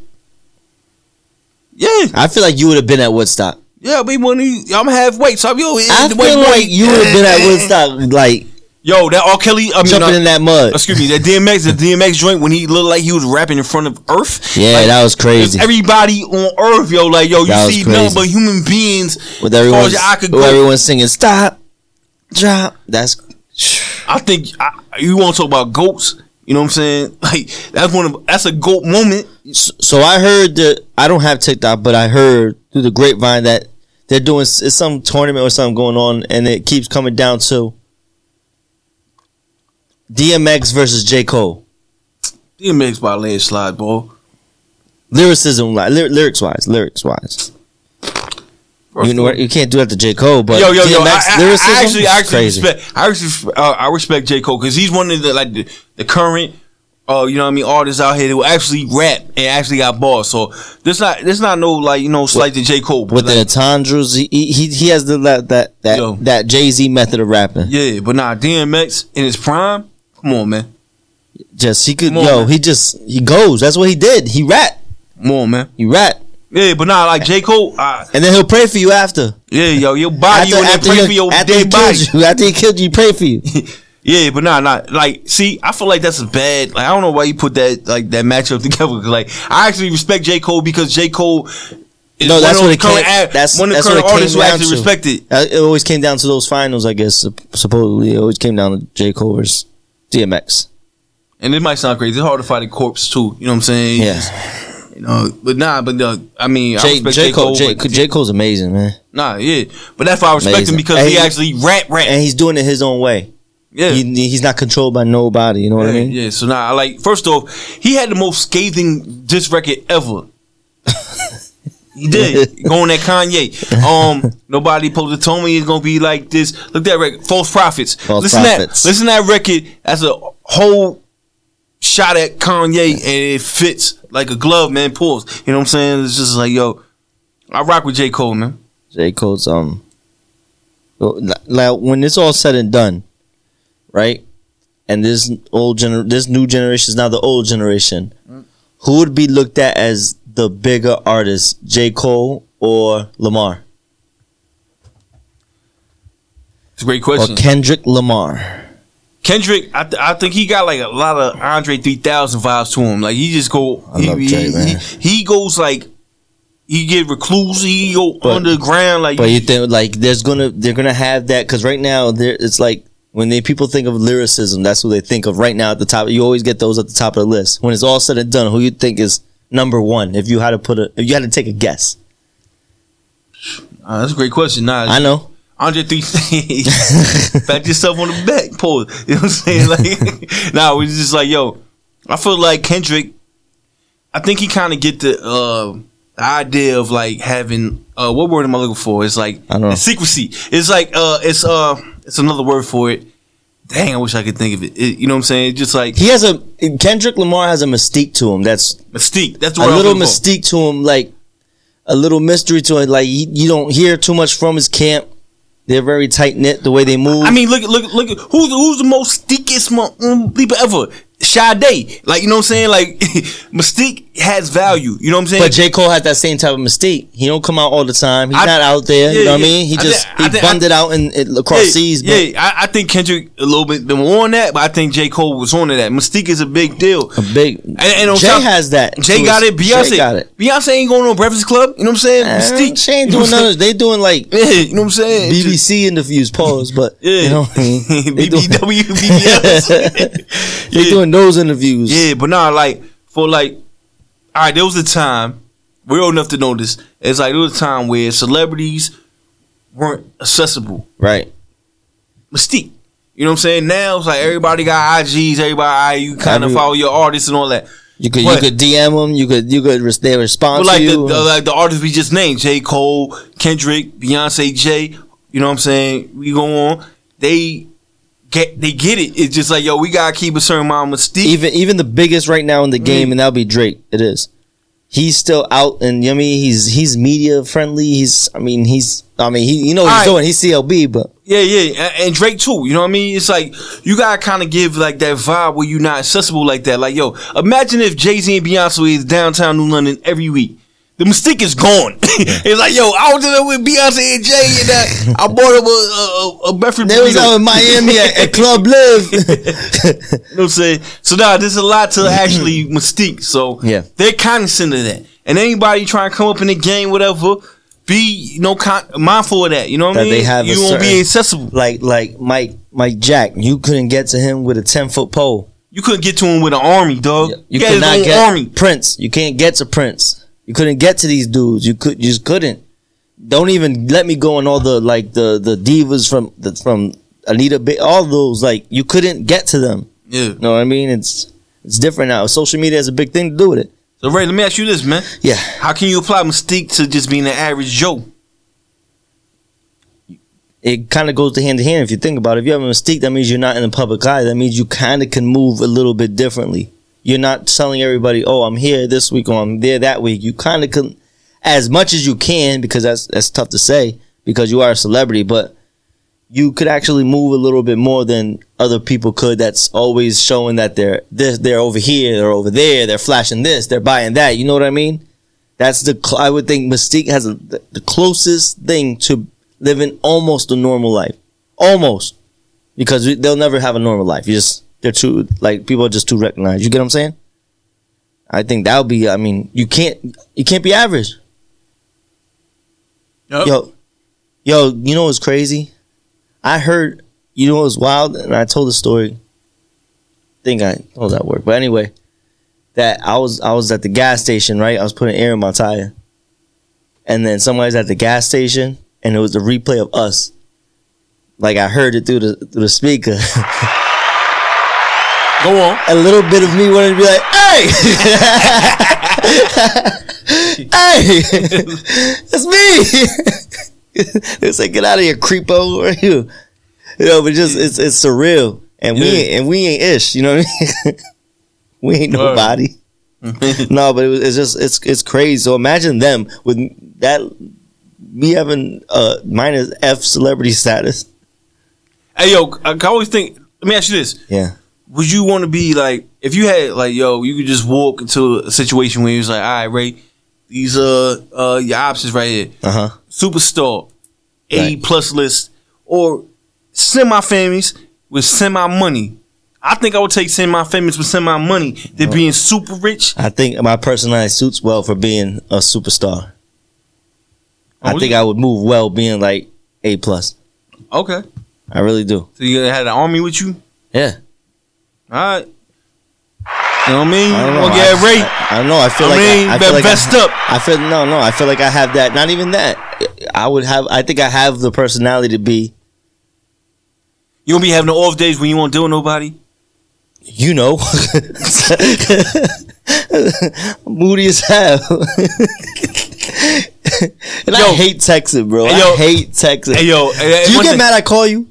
S1: yeah,
S2: I feel like you would have been at Woodstock.
S1: yeah. We want I'm halfway. So I'm yo.
S2: I
S1: it's the way
S2: feel
S1: you
S2: like
S1: eat.
S2: you would have been at Woodstock, like
S1: Yo, that R. Kelly. I mean, uh,
S2: jumping in that mud.
S1: Excuse me, that DMX, the DMX joint when he looked like he was rapping in front of Earth.
S2: Yeah,
S1: Like,
S2: that was crazy.
S1: Everybody on Earth, yo, like yo, you
S2: That was
S1: see nothing
S2: crazy.
S1: but human beings.
S2: with everyone,
S1: As far as I could
S2: with
S1: go.
S2: everyone singing "Stop, Drop." That's
S1: I think I, you want to talk about goats. You know what I'm saying? Like that's one of that's a goat moment.
S2: so. I heard that I don't have TikTok, but I heard through the grapevine that they're doing s- it's some tournament or something going on, and it keeps coming down to DMX versus J Cole
S1: DMX by landslide, bro.
S2: lyricism, li- lyr- lyrics wise, lyrics wise. You know what? You can't do that to J Cole, but
S1: Yo, yo, yo! I,
S2: DMX
S1: I,
S2: lyricism
S1: I actually,
S2: is
S1: I actually
S2: crazy.
S1: respect. I actually, uh, I respect J Cole because he's one of the like the, the current, uh, you know what I mean, artists out here who actually rap and actually got bars. So there's not, there's not no like you know slight to J Cole, but
S2: with
S1: like,
S2: the entendres. He he, he has the that that that,
S1: Yo.
S2: that Jay Z method of rapping.
S1: Yeah, but nah, DMX in his prime. Come on, man.
S2: Just he could
S1: Come on,
S2: yo.
S1: man.
S2: He just he goes. That's what he did. He rap.
S1: Come on, man.
S2: He rap,
S1: Yeah, but nah, like J Cole. Uh,
S2: and then he'll pray for you after.
S1: yeah, yo, your body,
S2: after,
S1: you in there pray
S2: you-
S1: for your
S2: after he
S1: dead body.
S2: killed you, after he killed you, he pray for you.
S1: Yeah, but nah, nah. Like, see, I feel like that's a bad. Like, I don't know why you put that like that matchup together. 'cause, Like, I actually respect J Cole because J Cole. Is
S2: No, that's
S1: one
S2: what
S1: of
S2: it
S1: the current,
S2: came-
S1: a-
S2: that's-
S1: one of the
S2: that's
S1: current
S2: what it
S1: artists
S2: came
S1: who
S2: down
S1: actually
S2: to.
S1: respected.
S2: Uh, It always came down to those finals, I guess. sup- Supposedly, it always came down to J Cole versus DMX.
S1: And it might sound crazy. It's hard to fight a corpse too. You know what I'm saying?
S2: Yeah,
S1: You know, but nah, but uh, I mean, I
S2: J,
S1: respect
S2: J Cole. J,
S1: but-
S2: J Cole's amazing, man,
S1: nah, yeah. But that's why I respect him
S2: Amazing.
S1: because
S2: And
S1: he
S2: he-
S1: actually rap, rap.
S2: and he's doing it his own way.
S1: yeah.
S2: He, he's not controlled by nobody. You know what I
S1: Yeah,
S2: mean?
S1: yeah, so now I like first off, he had the most scathing diss record ever. he did. Going at Kanye. Um nobody supposed to told me it's gonna be like this. Look at that record. False prophets.
S2: False
S1: listen
S2: Prophets.
S1: that listen to that record as a whole shot at Kanye and it fits like a glove, man, pulls. You know what I'm saying? It's just like, yo, I rock with J. Cole, man.
S2: J. Cole's um like when it's all said and done, right? And this old gener this new generation is now the old generation. Who would be looked at as the bigger artist, J. Cole or Lamar?
S1: It's a great
S2: Or
S1: question.
S2: Kendrick Lamar?
S1: Kendrick, I, th- I think he got like a lot of Andre 3000 vibes to him. Like he just go,
S2: I
S1: he,
S2: love
S1: he,
S2: Jay,
S1: he,
S2: man.
S1: he goes like he get recluse, he go
S2: But-
S1: underground. Like
S2: But you think like there's gonna they're gonna have that because right now there it's like when they people think of lyricism, that's who they think of right now at the top. You always get those at the top of the list. When it's all said and done, who you think is number one? If you had to put a if you had to take a guess,
S1: Uh, that's a great question. Nah,
S2: I know.
S1: Andre 3000, back yourself on the back, pause. You know what I'm saying? Like, nah, we just like, yo, I feel like Kendrick. I think he kind of get the uh, idea of like having uh, what word am I looking for? It's like
S2: I don't know.
S1: secrecy. It's like uh, it's uh, it's another word for it. Dang, I wish I could think of it. It- you know what I'm saying? Just like
S2: he has a Kendrick Lamar has a mystique to him. That's
S1: mystique. That's the
S2: a
S1: word I was
S2: little
S1: looking for.
S2: mystique to him, like a little mystery to it. Like you, you don't hear too much from his camp. They're very tight knit the way they move.
S1: I mean, look, look, look. Who's who's the most stickiest bleeper ever? Sade. Like you know what I'm saying? Like Mystique has value. You know what I'm saying?
S2: but J Cole has that same type of mystique. He don't come out all the time. He's
S1: I-
S2: not out there.
S1: yeah,
S2: you know what
S1: yeah.
S2: I mean? He
S1: I
S2: just
S1: think- I
S2: he
S1: think-
S2: bundled out and it, across seas. But
S1: yeah. I, I think Kendrick a little bit more on that, but I think J Cole was on to that. Mystique is a big deal.
S2: a big
S1: And, and on
S2: Jay
S1: top-
S2: has that.
S1: Jay
S2: to
S1: got
S2: his-
S1: it. Beyonce
S2: Jay got it.
S1: Beyonce ain't going on Breakfast Club. You know what I'm saying?
S2: Uh,
S1: Mystique.
S2: She ain't
S1: You know
S2: doing
S1: what I'm
S2: none. of- They doing like
S1: saying? Yeah, you know what I'm saying? Just-
S2: BBC interviews. Pause. But
S1: yeah.
S2: you know, what I mean? They doing-
S1: BBW, BBS.
S2: they
S1: Yeah.
S2: doing those interviews.
S1: Yeah, but nah, like for like, all right, there was a time we're old enough to know this. It's like there was a time where celebrities weren't accessible.
S2: Right.
S1: Mystique. You know what I'm saying? Now it's like everybody got IGs, everybody you kind of
S2: Every-
S1: follow your artists and all that.
S2: You could
S1: But-
S2: you could DM them. You could you could res- they respond
S1: But like
S2: to
S1: the,
S2: you.
S1: the uh, like the artists we just named, J. Cole, Kendrick, Beyonce, Jay. You know what I'm saying? We go on. They get they get it. It's just like yo, we gotta keep a certain amount of mystique. Mm.
S2: even even the biggest right now in the game, and that'll be Drake. It is. he's still out and you know what I mean he's he's media friendly. He's I mean he's I mean he you know what he's
S1: All right.
S2: doing. He's CLB, but
S1: Yeah, yeah, and, and Drake too. You know what I mean? It's like you gotta kind of give like that vibe where you're not accessible like that. Like, yo, imagine if Jay Z and Beyonce is downtown New London every week. The mystique is gone. it's like, yo, I was in there with Beyonce and Jay, and that I bought him uh, a a, a, a Bedford
S2: they was
S1: burrito.
S2: out in Miami at, at Club Live.
S1: You know what I'm saying? So now there's a lot to actually mystique. So
S2: Yeah.
S1: they're cognizant of that. And anybody trying to come up in the game, whatever, be you know con- mindful of that. You know what I
S2: That
S1: mean?
S2: they have a
S1: you won't
S2: certain-
S1: be accessible.
S2: like like Mike Mike Jack, you couldn't get to him with a ten foot pole.
S1: You couldn't get to him with an army, dog.
S2: You
S1: he had
S2: could
S1: his
S2: not
S1: own
S2: get
S1: army.
S2: Prince. You can't get to Prince. You couldn't get to these dudes. You could you just couldn't. Don't even let me go on all the like the the divas from the, from Anita Ba all those like you couldn't get to them.
S1: Yeah.
S2: You know what I mean? It's it's different now. Social media has a big thing to do with it.
S1: So Ray, let me ask you this, man.
S2: Yeah.
S1: How can you apply mystique to just being an average Joe?
S2: It kind of goes to hand to hand if you think about it. If you have a mystique, that means you're not in the public eye. That means you kind of can move a little bit differently. You're not telling everybody, "Oh, I'm here this week or I'm there that week." You kind of can, as much as you can, because that's that's tough to say because you are a celebrity. But you could actually move a little bit more than other people could. That's always showing that they're they're, they're over here, they're over there, they're flashing this, they're buying that. You know what I mean? That's the cl- I would think Mystique has a, the the closest thing to living almost a normal life, almost because we- they'll never have a normal life. You just they're too like people are just too recognized. You get what I'm saying? I think that would be. I mean, you can't you can't be average. Yo, yo, you know what's crazy? I heard you know what's wild, and I told the story. think I told that word, but anyway, that I was I was at the gas station, right? I was putting air in my tire, and then somebody's at the gas station, and it was the replay of us. Like I heard it through the through the speaker.
S1: Go on.
S2: a little bit of me wanted to be like, "Hey, hey, that's me." it's like, "Get out of here, creepo! Who are you?" You know, but just it's it's surreal, and we
S1: Yeah.
S2: ain't, and we ain't ish. You know what I mean? we ain't
S1: Word.
S2: nobody. no, but it was, it's just it's it's crazy. So imagine them with that me having uh minus F celebrity status.
S1: Hey yo, I I always think. Let me ask you this:
S2: Yeah.
S1: Would you want to be like if you had like yo, you could just walk into a situation where you was like, all right, Ray, these uh uh your options right here,
S2: Uh huh.
S1: superstar, A
S2: Right.
S1: plus list, or semi famous with semi money. I think I would take semi famous with semi money than being super rich.
S2: I think my personality suits well for being a superstar. I
S1: Oh,
S2: think
S1: yeah.
S2: I would move well being like A plus.
S1: Okay,
S2: I really do.
S1: so you had an army with you.
S2: Yeah.
S1: All right. You know what I mean?
S2: I
S1: You
S2: don't know.
S1: gonna get
S2: I,
S1: raped.
S2: I, I don't know. I feel
S1: I
S2: like
S1: mean,
S2: I, I
S1: but
S2: feel like I-
S1: vest up.
S2: I feel no, no. I feel like I have that. Not even that. I would have. I think I have the personality to be.
S1: You don't be having the off days when you won't deal with nobody.
S2: You know, moody as hell. and I
S1: Yo.
S2: hate texting, bro.
S1: Hey, yo.
S2: I hate texting.
S1: Hey yo, hey,
S2: Do you
S1: one
S2: get
S1: thing-
S2: mad? I call you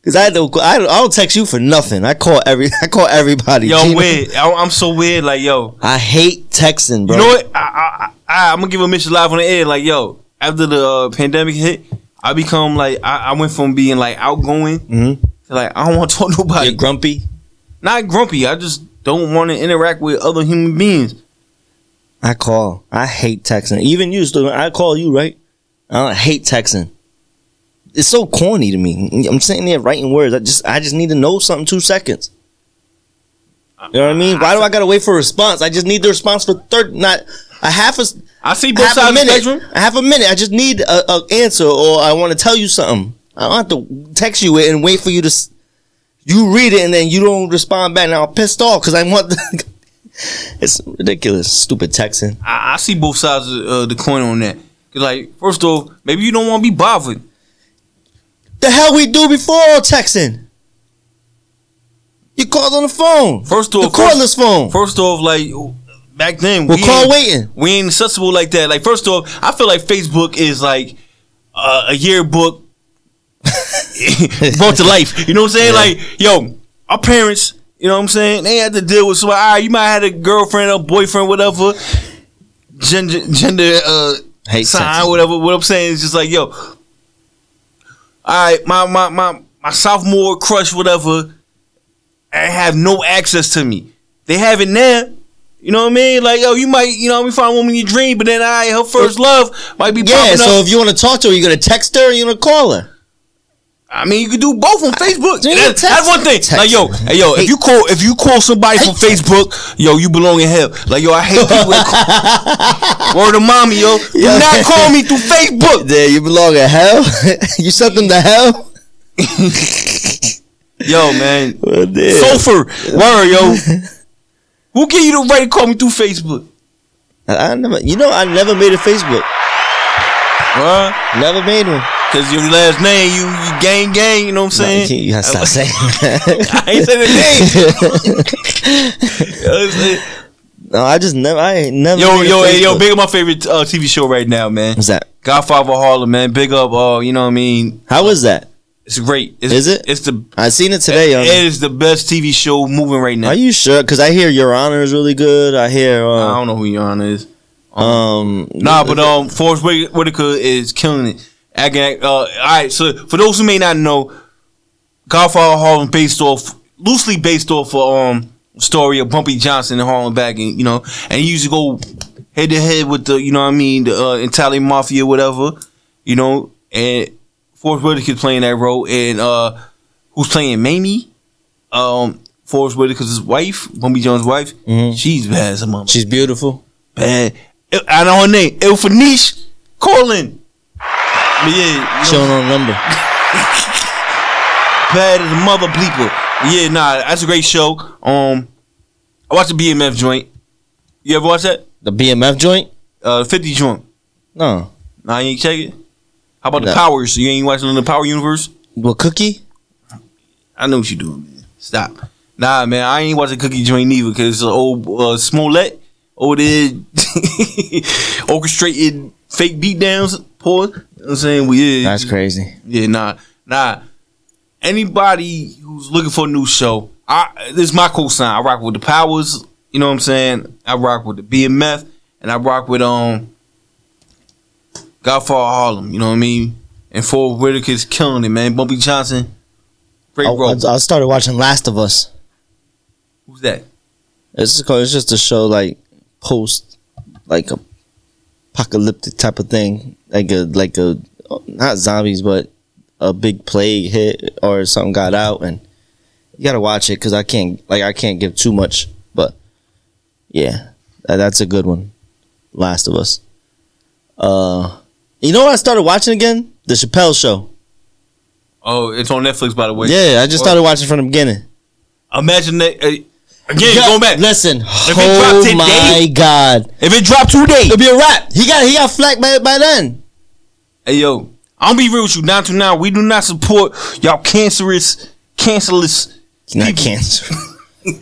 S2: because I don't. I don't, I don't text you for nothing. I call every. I call everybody.
S1: Yo, I'm
S2: Gina.
S1: weird. I, I'm so weird. Like yo,
S2: I hate texting, bro.
S1: you know what? I, I, I, I'm gonna give a mission live on the air. Like yo, after the uh, pandemic hit, I become like I, I went from being like outgoing to like I don't want to talk to nobody.
S2: Mm-hmm. Hmm? You're grumpy.
S1: Not grumpy. I just don't want to interact with other human beings.
S2: I call. I hate texting. Even you, Stu, I call you, right? I don't hate texting. It's so corny to me. I'm sitting there writing words. I just, I just need to know something two seconds. You know what I mean? Why do I gotta wait for a response? I just need the response for third, not a half a, s-
S1: I see both
S2: half a
S1: sides of the
S2: minute.
S1: spectrum.
S2: A half a minute. I just need a, a answer, or I want to tell you something. I don't have to text you it and wait for you to. s- You read it and then you don't respond back. Now I'm pissed off because I want. The, it's ridiculous, stupid texting.
S1: I, I see both sides of uh, the coin on that. 'Cause, Like first off, maybe you don't want to be bothered.
S2: The hell we do before all texting? You called on the phone.
S1: First
S2: the
S1: off,
S2: cordless phone.
S1: First off, like back then,
S2: We're call
S1: ain't-
S2: waiting.
S1: We ain't accessible like that. Like first off, I feel like Facebook is like uh, a yearbook brought to life. You know what I'm saying? Like yo, our parents. ah, You know what I'm saying? They had to deal with so all right, you might have had a girlfriend or boyfriend, whatever. gender gender uh
S2: Hate
S1: sign
S2: sensitive.
S1: whatever. What I'm saying is just like yo. All right, my my my my sophomore crush whatever. I have no access to me. They have it now. You know what I mean? Like yo, you might you know what I mean find a woman in your dream, but then I her first love might be
S2: Yeah,
S1: popping
S2: so
S1: up.
S2: if you want to talk to her, you're gonna text her or you're gonna call her.
S1: I mean, you can do both on Facebook.
S2: Dude,
S1: That- that's
S2: text-
S1: one thing.
S2: text.
S1: Like yo, hey yo, if you call if you call somebody from Facebook, yo, you belong in hell. Like yo, I hate people. that call. Word of mommy, yo, do
S2: Yeah.
S1: not call me through Facebook.
S2: There, you belong in hell. you sent them to hell.
S1: Yo, man,
S2: Well, damn.
S1: sulfur. Word, yo. Who gave you the right to call me through Facebook?
S2: I, I never, you know, I never made a Facebook.
S1: Huh?
S2: Never made one.
S1: Cause your last name, you, you gang gang. You know what I'm
S2: No, you,
S1: saying?
S2: can't- you gotta stop saying that.
S1: I ain't say the name. You know what I'm saying?
S2: no, I just never. I ain't never.
S1: yo,
S2: made a
S1: yo, hey, yo,
S2: Facebook.
S1: big up my favorite uh, TV show right now, man.
S2: What's that?
S1: Godfather Harlem, man. Big up, uh, you know what I mean?
S2: How was that?
S1: It's great. It's,
S2: Is it?
S1: It's the
S2: I seen it today. Your
S1: it is the best TV show moving right now.
S2: Are you sure? Because I hear Your Honor is really good. I hear.
S1: I
S2: Uh,
S1: don't know who Yana is.
S2: um,
S1: Nah, but um, Forrest Whit- Whitaker is killing it. Again, uh, all right. So for those who may not know, Godfather Harlem based off loosely based off a um story of Bumpy Johnson and Harlem back and you know, and he used to go head to head with the you know what I mean the uh, Italian mafia whatever, you know, and Forrest Whitaker's playing that role and uh, who's playing Mamie, um. Forrest Whitaker's wife, Bumpy Jones' wife, she's bad as a mama
S2: she's beautiful.
S1: man. I- I know Eh, her name. Ilfanish Colin. But yeah, you know,
S2: Showing on number.
S1: bad as a mother bleeper. Yeah, nah, that's a great show. Um, I watched the BMF joint. You ever watch that?
S2: The BMF joint?
S1: Uh, the 50 joint.
S2: No.
S1: Nah, you ain't check it. How about
S2: No.
S1: the powers? You ain't watching the Power Universe?
S2: Well, Cookie?
S1: I know what you doing, man. Stop. Nah, man, I ain't watching Cookie Joint either because old uh, Smollett over there orchestrated fake beatdowns. Pause. You know what I'm saying? We, yeah,
S2: That's crazy.
S1: Yeah, nah, nah. Anybody who's looking for a new show, I this is my co-sign. I rock with the Powers. You know what I'm saying? I rock with the BMF, and I rock with um Godfather Harlem. You know what I mean? And Ford Whitaker's killing it, man. Bumpy Johnson, great
S2: I,
S1: role.
S2: Oh, I, I started watching Last of Us.
S1: Who's that?
S2: It's just, called, it's just a show like post, like a apocalyptic type of thing. Like a, like a, not zombies, but a big plague hit or something got out. And you gotta watch it because I can't, like, I can't give too much. But yeah, that, that's a good one. Last of Us. Uh, you know what I started watching again? The Chappelle Show.
S1: Oh, it's on Netflix, by the way.
S2: Yeah, I just started watching from the beginning.
S1: Imagine that. Uh, again,
S2: Yeah,
S1: going back.
S2: Listen,
S1: it
S2: oh
S1: dropped today-
S2: my god,
S1: If it dropped today,
S2: it'll be a wrap. He got he got flack by by then.
S1: Hey yo, I'm be real with you. Nine to nine, we do not support y'all cancerous, cancerless,
S2: It's not cancer.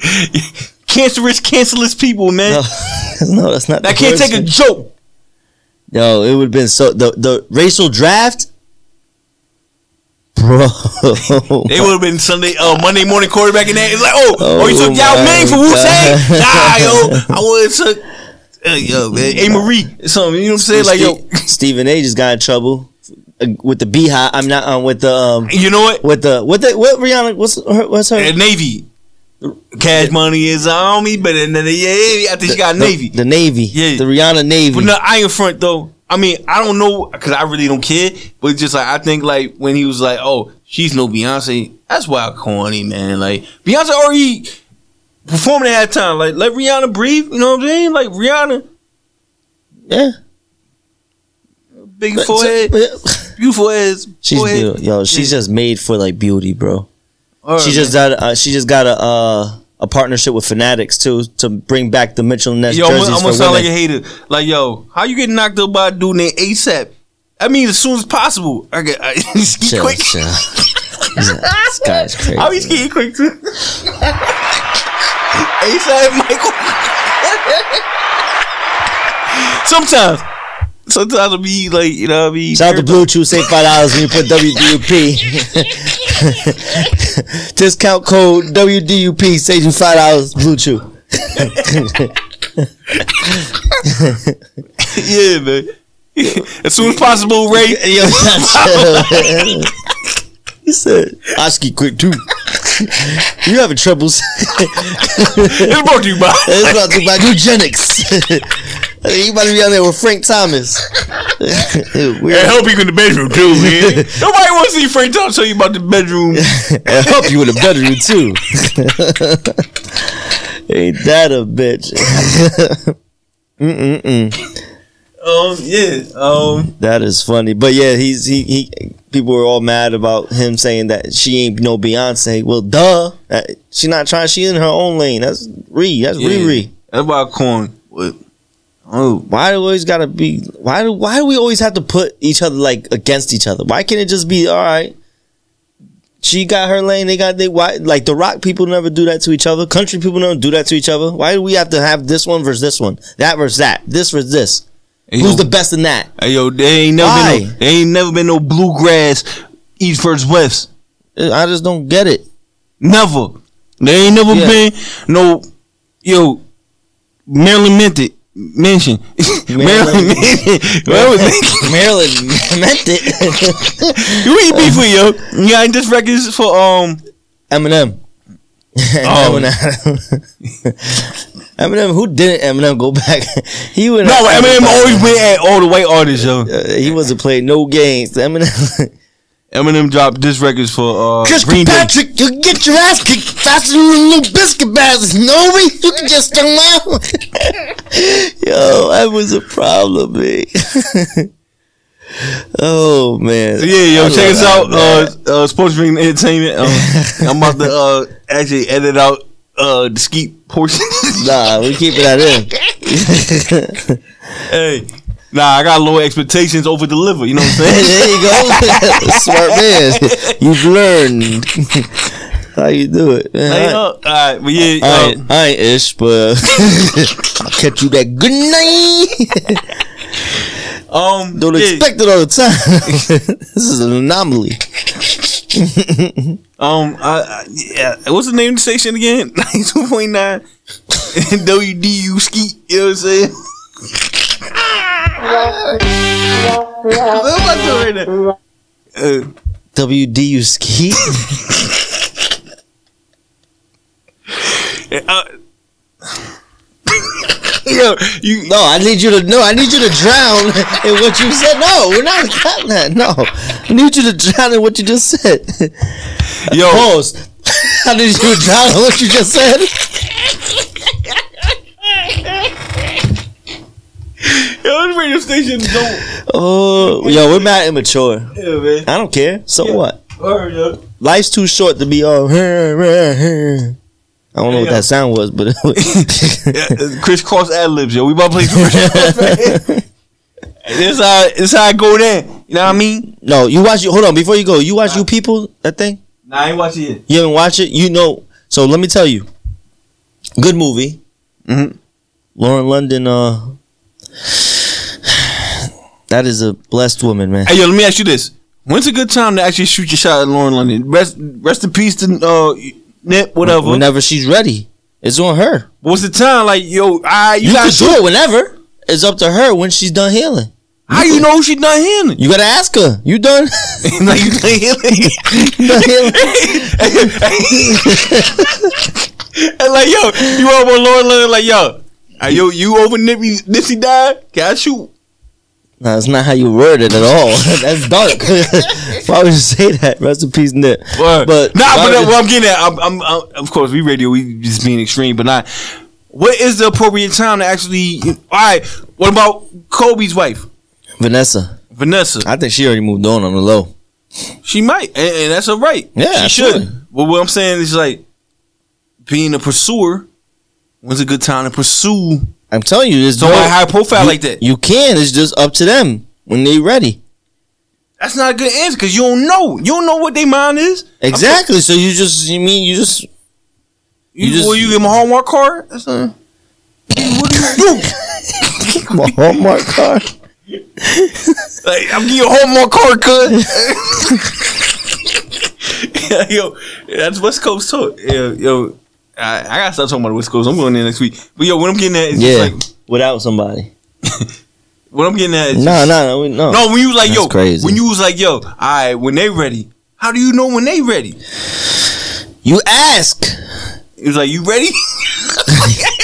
S1: cancerous, cancerless people, man.
S2: no, no, that's not.
S1: That
S2: the
S1: can't
S2: worst
S1: take a
S2: thing.
S1: joke.
S2: Yo, it would have been so the the racial draft, bro.
S1: They would have been Sunday, uh, Monday morning quarterbacking that. It's like, oh, oh, you
S2: Oh
S1: took Yao
S2: my
S1: Ming for Wu Tang? Nah,
S2: God.
S1: yo, I would have took, uh, yo, man, A Marie, or something. You know what I'm saying? Like, yo,
S2: Stephen A. just got in trouble uh, with the beehive. I'm not um, with the um
S1: you know what?
S2: with the what the what Rihanna what's her, what's her
S1: Uh, Navy, cash money is on me, but then yeah, yeah, I think she got
S2: the,
S1: Navy.
S2: the Navy
S1: Yeah.
S2: the Rihanna Navy.
S1: But no, I ain't front though. I mean, I don't know because I really don't care. But just like I think, like when he was like, "Oh, she's no Beyonce," that's wild corny, man. Like Beyonce already performing at halftime. Like let Rihanna breathe. You know what I'm saying? Like Rihanna,
S2: yeah,
S1: big
S2: But-
S1: forehead, beautiful ass.
S2: She's
S1: forehead.
S2: beautiful. Yo, she's
S1: Yeah.
S2: just made for like beauty, bro.
S1: All right,
S2: she just got uh, she just got a uh, a partnership with Fanatics too to bring back the Mitchell Ness
S1: Yo, I'm
S2: jerseys
S1: gonna, I'm
S2: for
S1: gonna sound like a
S2: women.
S1: hater. Like, yo, how you getting knocked up by a dude named ASAP? I mean, as soon as possible. I get I, ski
S2: Chill,
S1: quick.
S2: chill. this guy's crazy.
S1: How he's getting quick too. ASAP Michael. sometimes, sometimes I'll be like, you know, what I mean,
S2: Shout out to Blue Chew, save five dollars when you put WDUP. Discount code WDUP saves you five dollars. Blue Chew. yeah, man.
S1: as soon as possible, Ray.
S2: Yo, that's He said, Oski quick too. you having troubles.
S1: It's brought to you by.
S2: it's not too bad. Eugenics. you about to be out there with Frank Thomas.
S1: And
S2: We'll
S1: help you in the bedroom too, man. Nobody wants to see Frank Thompson tell you about the bedroom.
S2: and help you in the bedroom too. Ain't that a bitch?
S1: Um, yeah. Um,
S2: That is funny, but yeah, he's he, he people were all mad about him saying that she ain't no Beyonce. Well, duh, Uh, she not trying. She in her own lane. That's Ree. That's
S1: yeah.
S2: Riri.
S1: That's why I corn. What?
S2: Oh, why do we always gotta be? Why do why do we always have to put each other like against each other? Why can't it just be all right? She got her lane. They got they. Why like the rock people never do that to each other. Country people don't do that to each other. Why do we have to have this one versus this one? That versus that. This versus this.
S1: Hey,
S2: Who's
S1: yo,
S2: the best in that?
S1: Hey, yo, they ain't never been.
S2: Why?
S1: No, they ain't never been no bluegrass East versus West.
S2: Uh, I just don't get it.
S1: Never. There ain't never
S2: Yeah.
S1: been no yo Maryland minted mention. Maryland
S2: Maryland-
S1: minted. Maryland minted.
S2: Marilyn meant it.
S1: Who you beef with yo? Yeah, and this record's for um
S2: Eminem.
S1: Oh.
S2: Eminem. Eminem. Who didn't Eminem go back? he would
S1: No, Eminem always went at all the white artists, yo.
S2: Uh, he wasn't playing no games. Eminem.
S1: Eminem dropped this records for uh
S2: Chris
S1: Green Day.
S2: Patrick, you get your ass kicked faster than a little biscuit bags. No me, you can just come out. Yo, that was a problem, man. oh man.
S1: So, yeah, yo,
S2: I
S1: check us
S2: love
S1: out.
S2: that, man.
S1: Uh, uh, Sports Ring Entertainment. Um, I'm about to uh, actually edit out uh, the skeet portion.
S2: nah, we keeping that in.
S1: hey, nah, I got low expectations, over deliver. You know what I'm saying?
S2: there you go. Smart man. You've learned how you do it. Man,
S1: Hey,
S2: I-
S1: uh, all right, but yeah,
S2: I,
S1: uh,
S2: ain't- I ain't ish, but I'll catch you that good night.
S1: um,
S2: Don't
S1: yeah,
S2: expect it all the time. this is an anomaly.
S1: um, I, I, yeah, what's the name of the station again? 92.9 WDU Skeet. You know what I'm saying? what am I doing right now? Uh,
S2: WDU ski.
S1: Uh, yo, you
S2: No, I need you to no. I need you to drown in what you said. No, we're not counting that. No, I need you to drown in what you just said.
S1: yo,
S2: Pause. I need you to drown in what you just said.
S1: yo, this radio station don't.
S2: Oh, yo, we're mad immature.
S1: Yeah, man.
S2: I don't care. So what?
S1: Word, yo.
S2: Life's too short to be all. I don't know what that sound was, but
S1: Yeah, it's crisscross ad libs, yo. We about to play crisscross. man. This how this how I go down. You know what I mean?
S2: no, you watch. Hold on, before you go, you watch you people that thing.
S1: Nah, I ain't watching it.
S2: You haven't watched it. You know. So let me tell you. Good movie.
S1: Mhm.
S2: Lauren London. Uh, that is a blessed woman, man.
S1: Hey, yo, let me ask you this: When's a good time to actually shoot your shot at Lauren London? Rest, rest in peace to uh, Nip, whatever.
S2: Whenever she's ready, it's on her.
S1: What's the time? Like, yo, I you,
S2: You
S1: gotta
S2: can do
S1: shoot.
S2: it whenever. It's up to her when she's done healing.
S1: How you know she done healing?
S2: You gotta ask her. You done?
S1: like you done healing?
S2: done healing?
S1: And like, yo, you all on Lauren London, like, yo, are yo, you over Nipsey, Nipsey died? Can I shoot?
S2: No, that's not how you word it at all. that's dark. Why would you say that? Rest in peace, Nip.
S1: Or,
S2: But
S1: nah, but
S2: why
S1: uh,
S2: would-
S1: what I'm getting at, I'm, I'm, i of course, we radio, we just being extreme, but not. What is the appropriate time to actually? All right, what about Kobe's wife,
S2: Vanessa,
S1: Vanessa?
S2: I think she already moved on on the low.
S1: She might, and, and that's all right.
S2: Yeah,
S1: she
S2: absolutely.
S1: should. But what I'm saying is like being a pursuer. When's a good time to pursue
S2: I'm telling you, there's
S1: somebody
S2: no-
S1: high profile
S2: you,
S1: like that?
S2: You can. It's just up to them when they ready.
S1: That's not a good answer because you don't know. You don't know what their mind is.
S2: Exactly. So you just you mean you just
S1: You,
S2: You just-
S1: well, you give him a Hallmark card. That's not. What do you do?
S2: my Hallmark card.
S1: Like, I'm giving you a Hallmark card, cuz. yo, that's West Coast talk. Yo, yo I, I gotta stop talking about the West Coast. I'm going there next week. But yo, what I'm getting at is
S2: Yeah.
S1: just like
S2: without somebody.
S1: What I'm getting at is
S2: No, no, no, we- no.
S1: No, when you was like,
S2: That's
S1: yo,
S2: crazy.
S1: when you was like, yo, all right, when they ready, how do you know when they ready?
S2: You ask.
S1: It was like, you ready?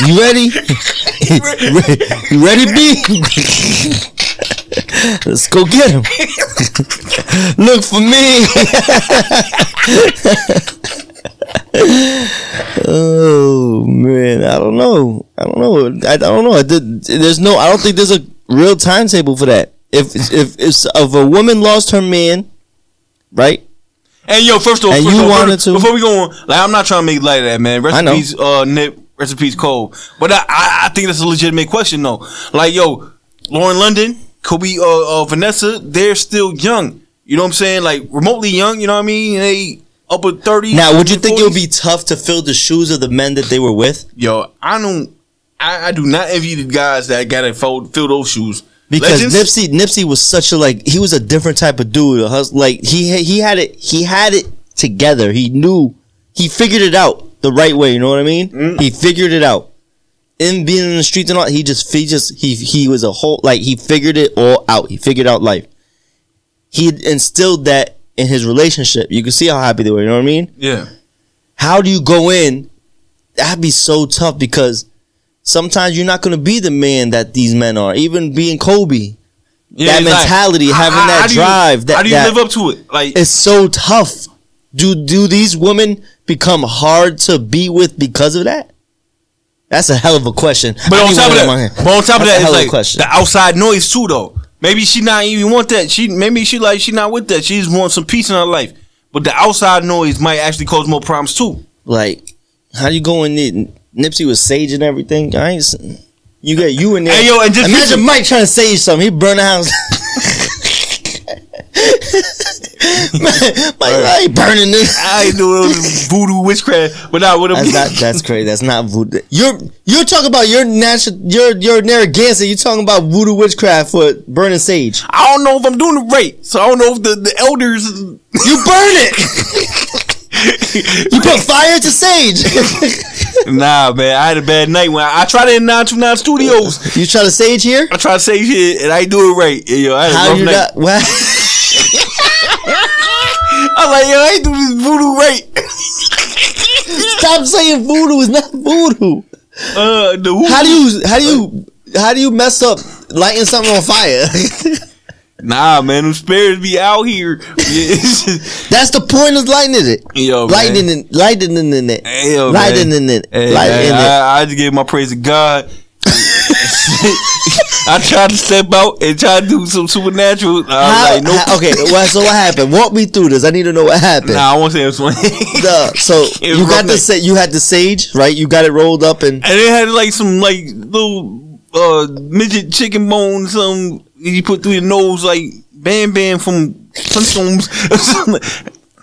S2: You ready? you ready, B? Let's go get him. Look for me. oh man, I don't know. I don't know. I, I don't know. I did, there's no. I don't think there's a real timetable for that. If if if, if a woman lost her man, right?
S1: and yo, first of all,
S2: And
S1: first
S2: you
S1: of all,
S2: wanted
S1: first-
S2: to-
S1: before we go on, like, I'm not trying to make light of that, man.
S2: I know.
S1: Recipes, uh, Nip, recipes, Cole. But I, I, I think that's a legitimate question, though. Like, yo, Lauren London, Kobe, uh, uh, Vanessa, they're still young. You know what I'm saying? Like, remotely young, you know what I mean? They upper 30s.
S2: Now, would you think it would
S1: 40s.
S2: be tough to fill the shoes of the men that they were with?
S1: Yo, I don't. I, I do not envy the guys that gotta fold, fill those shoes.
S2: Because
S1: Legends?
S2: Nipsey Nipsey was such a like he was a different type of dude. A hus- Like he ha- he had it he had it together. He knew he figured it out the right way. You know what I mean? He figured it out. In being in the streets and all, he just he just he he was a whole like he figured it all out. He figured out life. He instilled that in his relationship. You can see how happy they were. You know what I mean?
S1: yeah.
S2: how do you go in? That'd be so tough because sometimes you're not going to be the man that these men are. Even being Kobe,
S1: Yeah,
S2: that
S1: it's like,
S2: mentality,
S1: how-
S2: having
S1: how-
S2: that
S1: how do you-
S2: drive, that,
S1: how do you
S2: that
S1: live up to it? Like,
S2: it's so tough. Do do these women become hard to be with because of that? That's a hell of a question.
S1: but
S2: I
S1: on
S2: need
S1: top of
S2: one in my
S1: that,
S2: hand.
S1: but on top of
S2: That's
S1: that,
S2: a hell
S1: it's
S2: of a
S1: like
S2: question.
S1: the outside noise too, though. Maybe she not even want that. She maybe she like she not with that. She just wants some peace in her life. But the outside noise might actually cause more problems too.
S2: like, how do you go in there? Nipsey was sage and everything. I ain't. s- You got you in there.
S1: Hey, yo, and just-
S2: imagine Mike trying to sage something. He burn the house. Mike, I ain't burning this.
S1: I ain't doing voodoo witchcraft, but not with
S2: That's not.
S1: a
S2: That's crazy. That's not voodoo. You're you're talking about your natural your your Narragansett. You're talking about voodoo witchcraft for burning sage.
S1: I don't know if I'm doing it right, so I don't know if the, the elders.
S2: You burn it. you put fire to sage.
S1: nah, man, I had a bad night when I, I tried it in 929 Studios.
S2: you try to sage here?
S1: I try to say shit and I ain't do it right. And, yo, I had a
S2: How
S1: rough
S2: you
S1: night.
S2: not? What?
S1: I'm like, yo, I ain't do this voodoo right.
S2: Stop saying voodoo is not voodoo.
S1: Uh, the who-
S2: How do you how do you how do you mess up lighting something on fire?
S1: Nah, man, them spirits be out here.
S2: That's the point of lightning it.
S1: Yo, man.
S2: lightning in lightning in it.
S1: Hey, yo,
S2: lightning
S1: man.
S2: in it.
S1: Hey,
S2: lightning
S1: man,
S2: in it.
S1: I, I just gave my praise to God. I tried to step out and try to do some supernatural. I was
S2: How,
S1: like, nope.
S2: how- okay, well, so what happened? Walk me through this. I need to know what happened.
S1: Nah, I won't say it's funny.
S2: Duh, so
S1: It
S2: you got
S1: rough
S2: the
S1: night.
S2: sa- you had the sage, right? You got it rolled up and
S1: and it had like some like little uh midget chicken bone some you put through your nose like Bam Bam from Flintstones.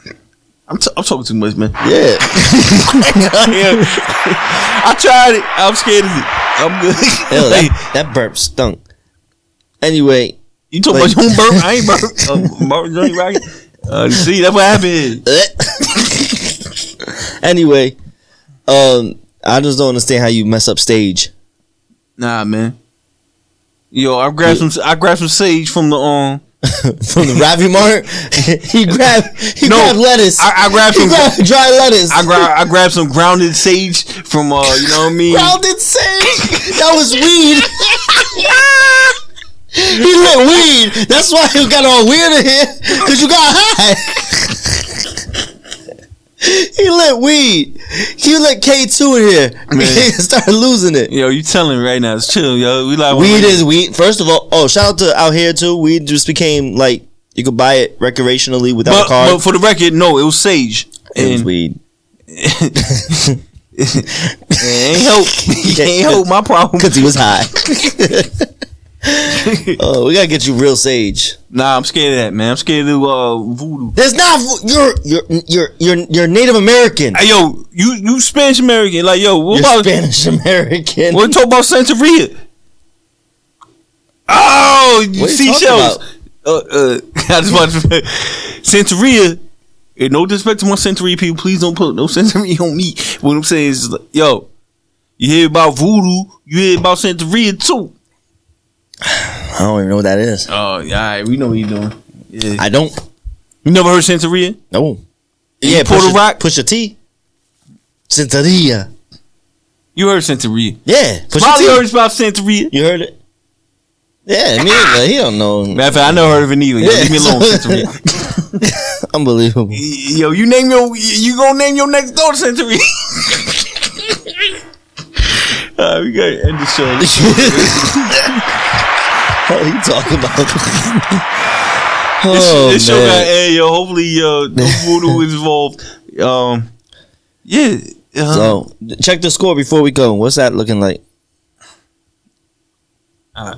S1: I'm, t- I'm talking too much, man.
S2: yeah.
S1: I tried it. I'm scared of it. I'm good.
S2: Ew,
S1: Like,
S2: that, that burp stunk. Anyway,
S1: you talking about your own burp? I ain't burp. Um, burp joint rocket. Uh, see, that's what happened.
S2: eh. anyway, um, I just don't understand how you mess up stage.
S1: Nah, man. Yo, I grabbed some. I grabbed some sage from the um.
S2: from the Ravi Mart. he grabbed he
S1: No,
S2: grabbed lettuce.
S1: I, I grabbed
S2: he
S1: some.
S2: grabbed dry lettuce.
S1: I grabbed. I grabbed some grounded sage from uh. You know what I mean?
S2: grounded sage. That was weed. he lit weed. That's why he got all weird in here. Cause you got high. he lit weed. He lit K two in here.
S1: Man.
S2: He started losing it.
S1: Yo, you telling me right now? It's chill, yo. We like
S2: Weed is weed. First of all, oh shout out to out here too. Weed just became like you could buy it recreationally without
S1: but,
S2: a card.
S1: but for the record, no, it was sage.
S2: it was
S1: And-
S2: weed.
S1: It ain't help. It ain't help my problem.
S2: because he was high. oh, we gotta get you real sage.
S1: Nah, I'm scared of that, man. I'm scared of uh, voodoo.
S2: There's not you're you're you're you're you're Native American.
S1: Hey, yo, you you Spanish American? Like, yo, what
S2: You're
S1: about
S2: Spanish American.
S1: what talk about Santeria? Oh, you
S2: What you
S1: seashells.
S2: talking
S1: Uh, uh, I just want to Santeria. And no disrespect to my Santeria people, please don't put no Santeria on me. What I'm saying is, like, yo, You hear about voodoo. You hear about Santeria too.
S2: I don't even know what that is.
S1: Oh, yeah, all right. We know what you're doing. Yeah.
S2: I don't.
S1: You never heard Santeria?
S2: No.
S1: Yeah, Puerto
S2: push a,
S1: Rock.
S2: Push a T. Cintaria.
S1: You heard Santeria.
S2: Yeah. Push a
S1: Molly
S2: T.
S1: heard about Santeria.
S2: You heard it? Yeah, me either. He don't know.
S1: Matter of fact, I never heard of it either. Yo,
S2: Yeah.
S1: Leave Ah! me alone, Santeria.
S2: Unbelievable.
S1: Yo, you name your you gonna name your next door Santeria. All right, we gotta end the show.
S2: What are you talking about?
S1: This,
S2: oh,
S1: this show got
S2: man.
S1: hey, yo, hopefully uh no voodoo is involved. Um Yeah. Uh,
S2: So, check the score before we go. What's that looking like?
S1: Uh,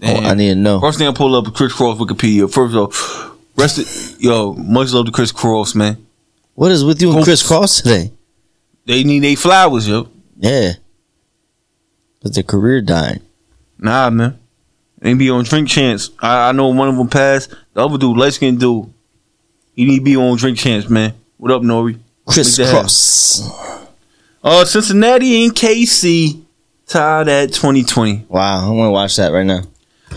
S2: Oh, I need to know.
S1: First thing I pull up Chris Cross Wikipedia. First of all, rest it, yo, much love to Chris Cross, man.
S2: What is with you and Chris Cross today?
S1: They need they flowers, yo.
S2: Yeah. But their career dying.
S1: Nah, man. They be on drink chance. I, I know one of them passed. The other dude, light skinned dude. He need to be on drink chance, man. What up, Nori?
S2: Chris
S1: Make that
S2: Cross.
S1: Uh Cincinnati and KC tied at twenty twenty.
S2: Wow, I want to watch that right now.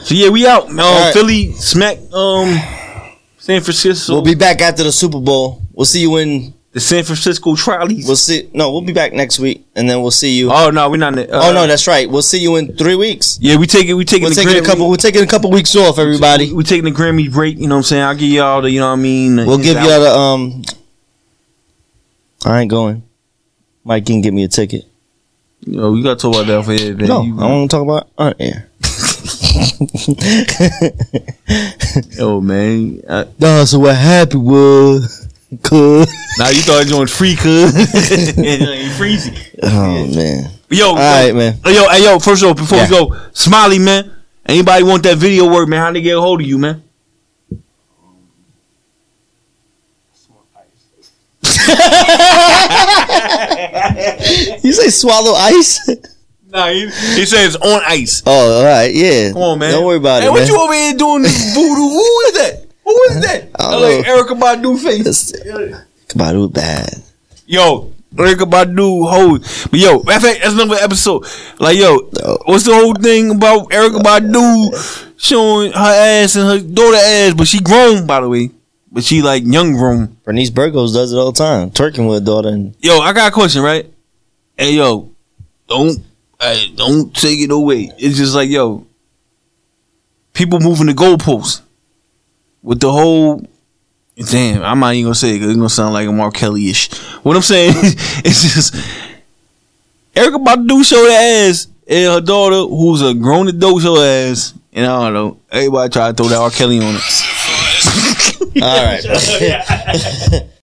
S1: So yeah, we out. Uh,
S2: right.
S1: Philly smack um San Francisco.
S2: We'll be back after the Super Bowl. We'll see you in.
S1: the San Francisco Trolleys.
S2: We'll see. No, we'll be back next week, and then we'll see you.
S1: oh no, we're not. in the- Uh,
S2: oh no, that's right. We'll see you in three weeks.
S1: yeah, we taking we taking
S2: We're
S1: the
S2: taking a
S1: Grammy-
S2: couple. We're taking a couple weeks off, everybody.
S1: We taking the Grammy break. You know what I'm saying? I'll give y'all the. You know what I mean? the
S2: We'll give
S1: inside-
S2: y'all the um. I ain't going. Mike can get me a ticket.
S1: You know, we gotta talk about that for here, man.
S2: No, I
S1: You-
S2: want to talk about on air.
S1: Yo, man. I,
S2: No, so what happened was, cool.
S1: now you thought you was free, cuz. Ain't freezy.
S2: Oh man,
S1: Yo, all
S2: right, man.
S1: Yo, hey, yo. First of all, before
S2: Yeah.
S1: we go, Smiley, man. Anybody want that video work, man? How they get a hold of you, man?
S2: you say swallow ice?
S1: Nah, he, he says on ice.
S2: Oh, all right, yeah.
S1: Come on, man.
S2: Don't worry about
S1: hey,
S2: it,
S1: What
S2: man.
S1: you over here doing this voodoo? Who is that? Who is that?
S2: I
S1: I
S2: don't
S1: like
S2: know.
S1: Erica Badu face.
S2: It's- Come on, it was bad.
S1: Yo, Erica Badu hold. But yo, matter of fact, that's another episode. Like yo,
S2: No.
S1: what's the whole thing about Erica Badu showing her ass and her daughter ass, but she grown by the way. But she like young grown.
S2: Bernice Burgos does it all the time, twerking with her daughter. And
S1: Yo, I got a question, right? Hey yo, don't hey, don't take it away. It's just like yo, people moving the goalposts with the whole. Damn, I'm not even gonna say it 'cause it's gonna sound like a Mark Kelly ish. What I'm saying is just Erica Badu show her ass and her daughter, who's a grown adult, show her ass. And I don't know. Everybody try to throw that R. Kelly on it.
S2: all right,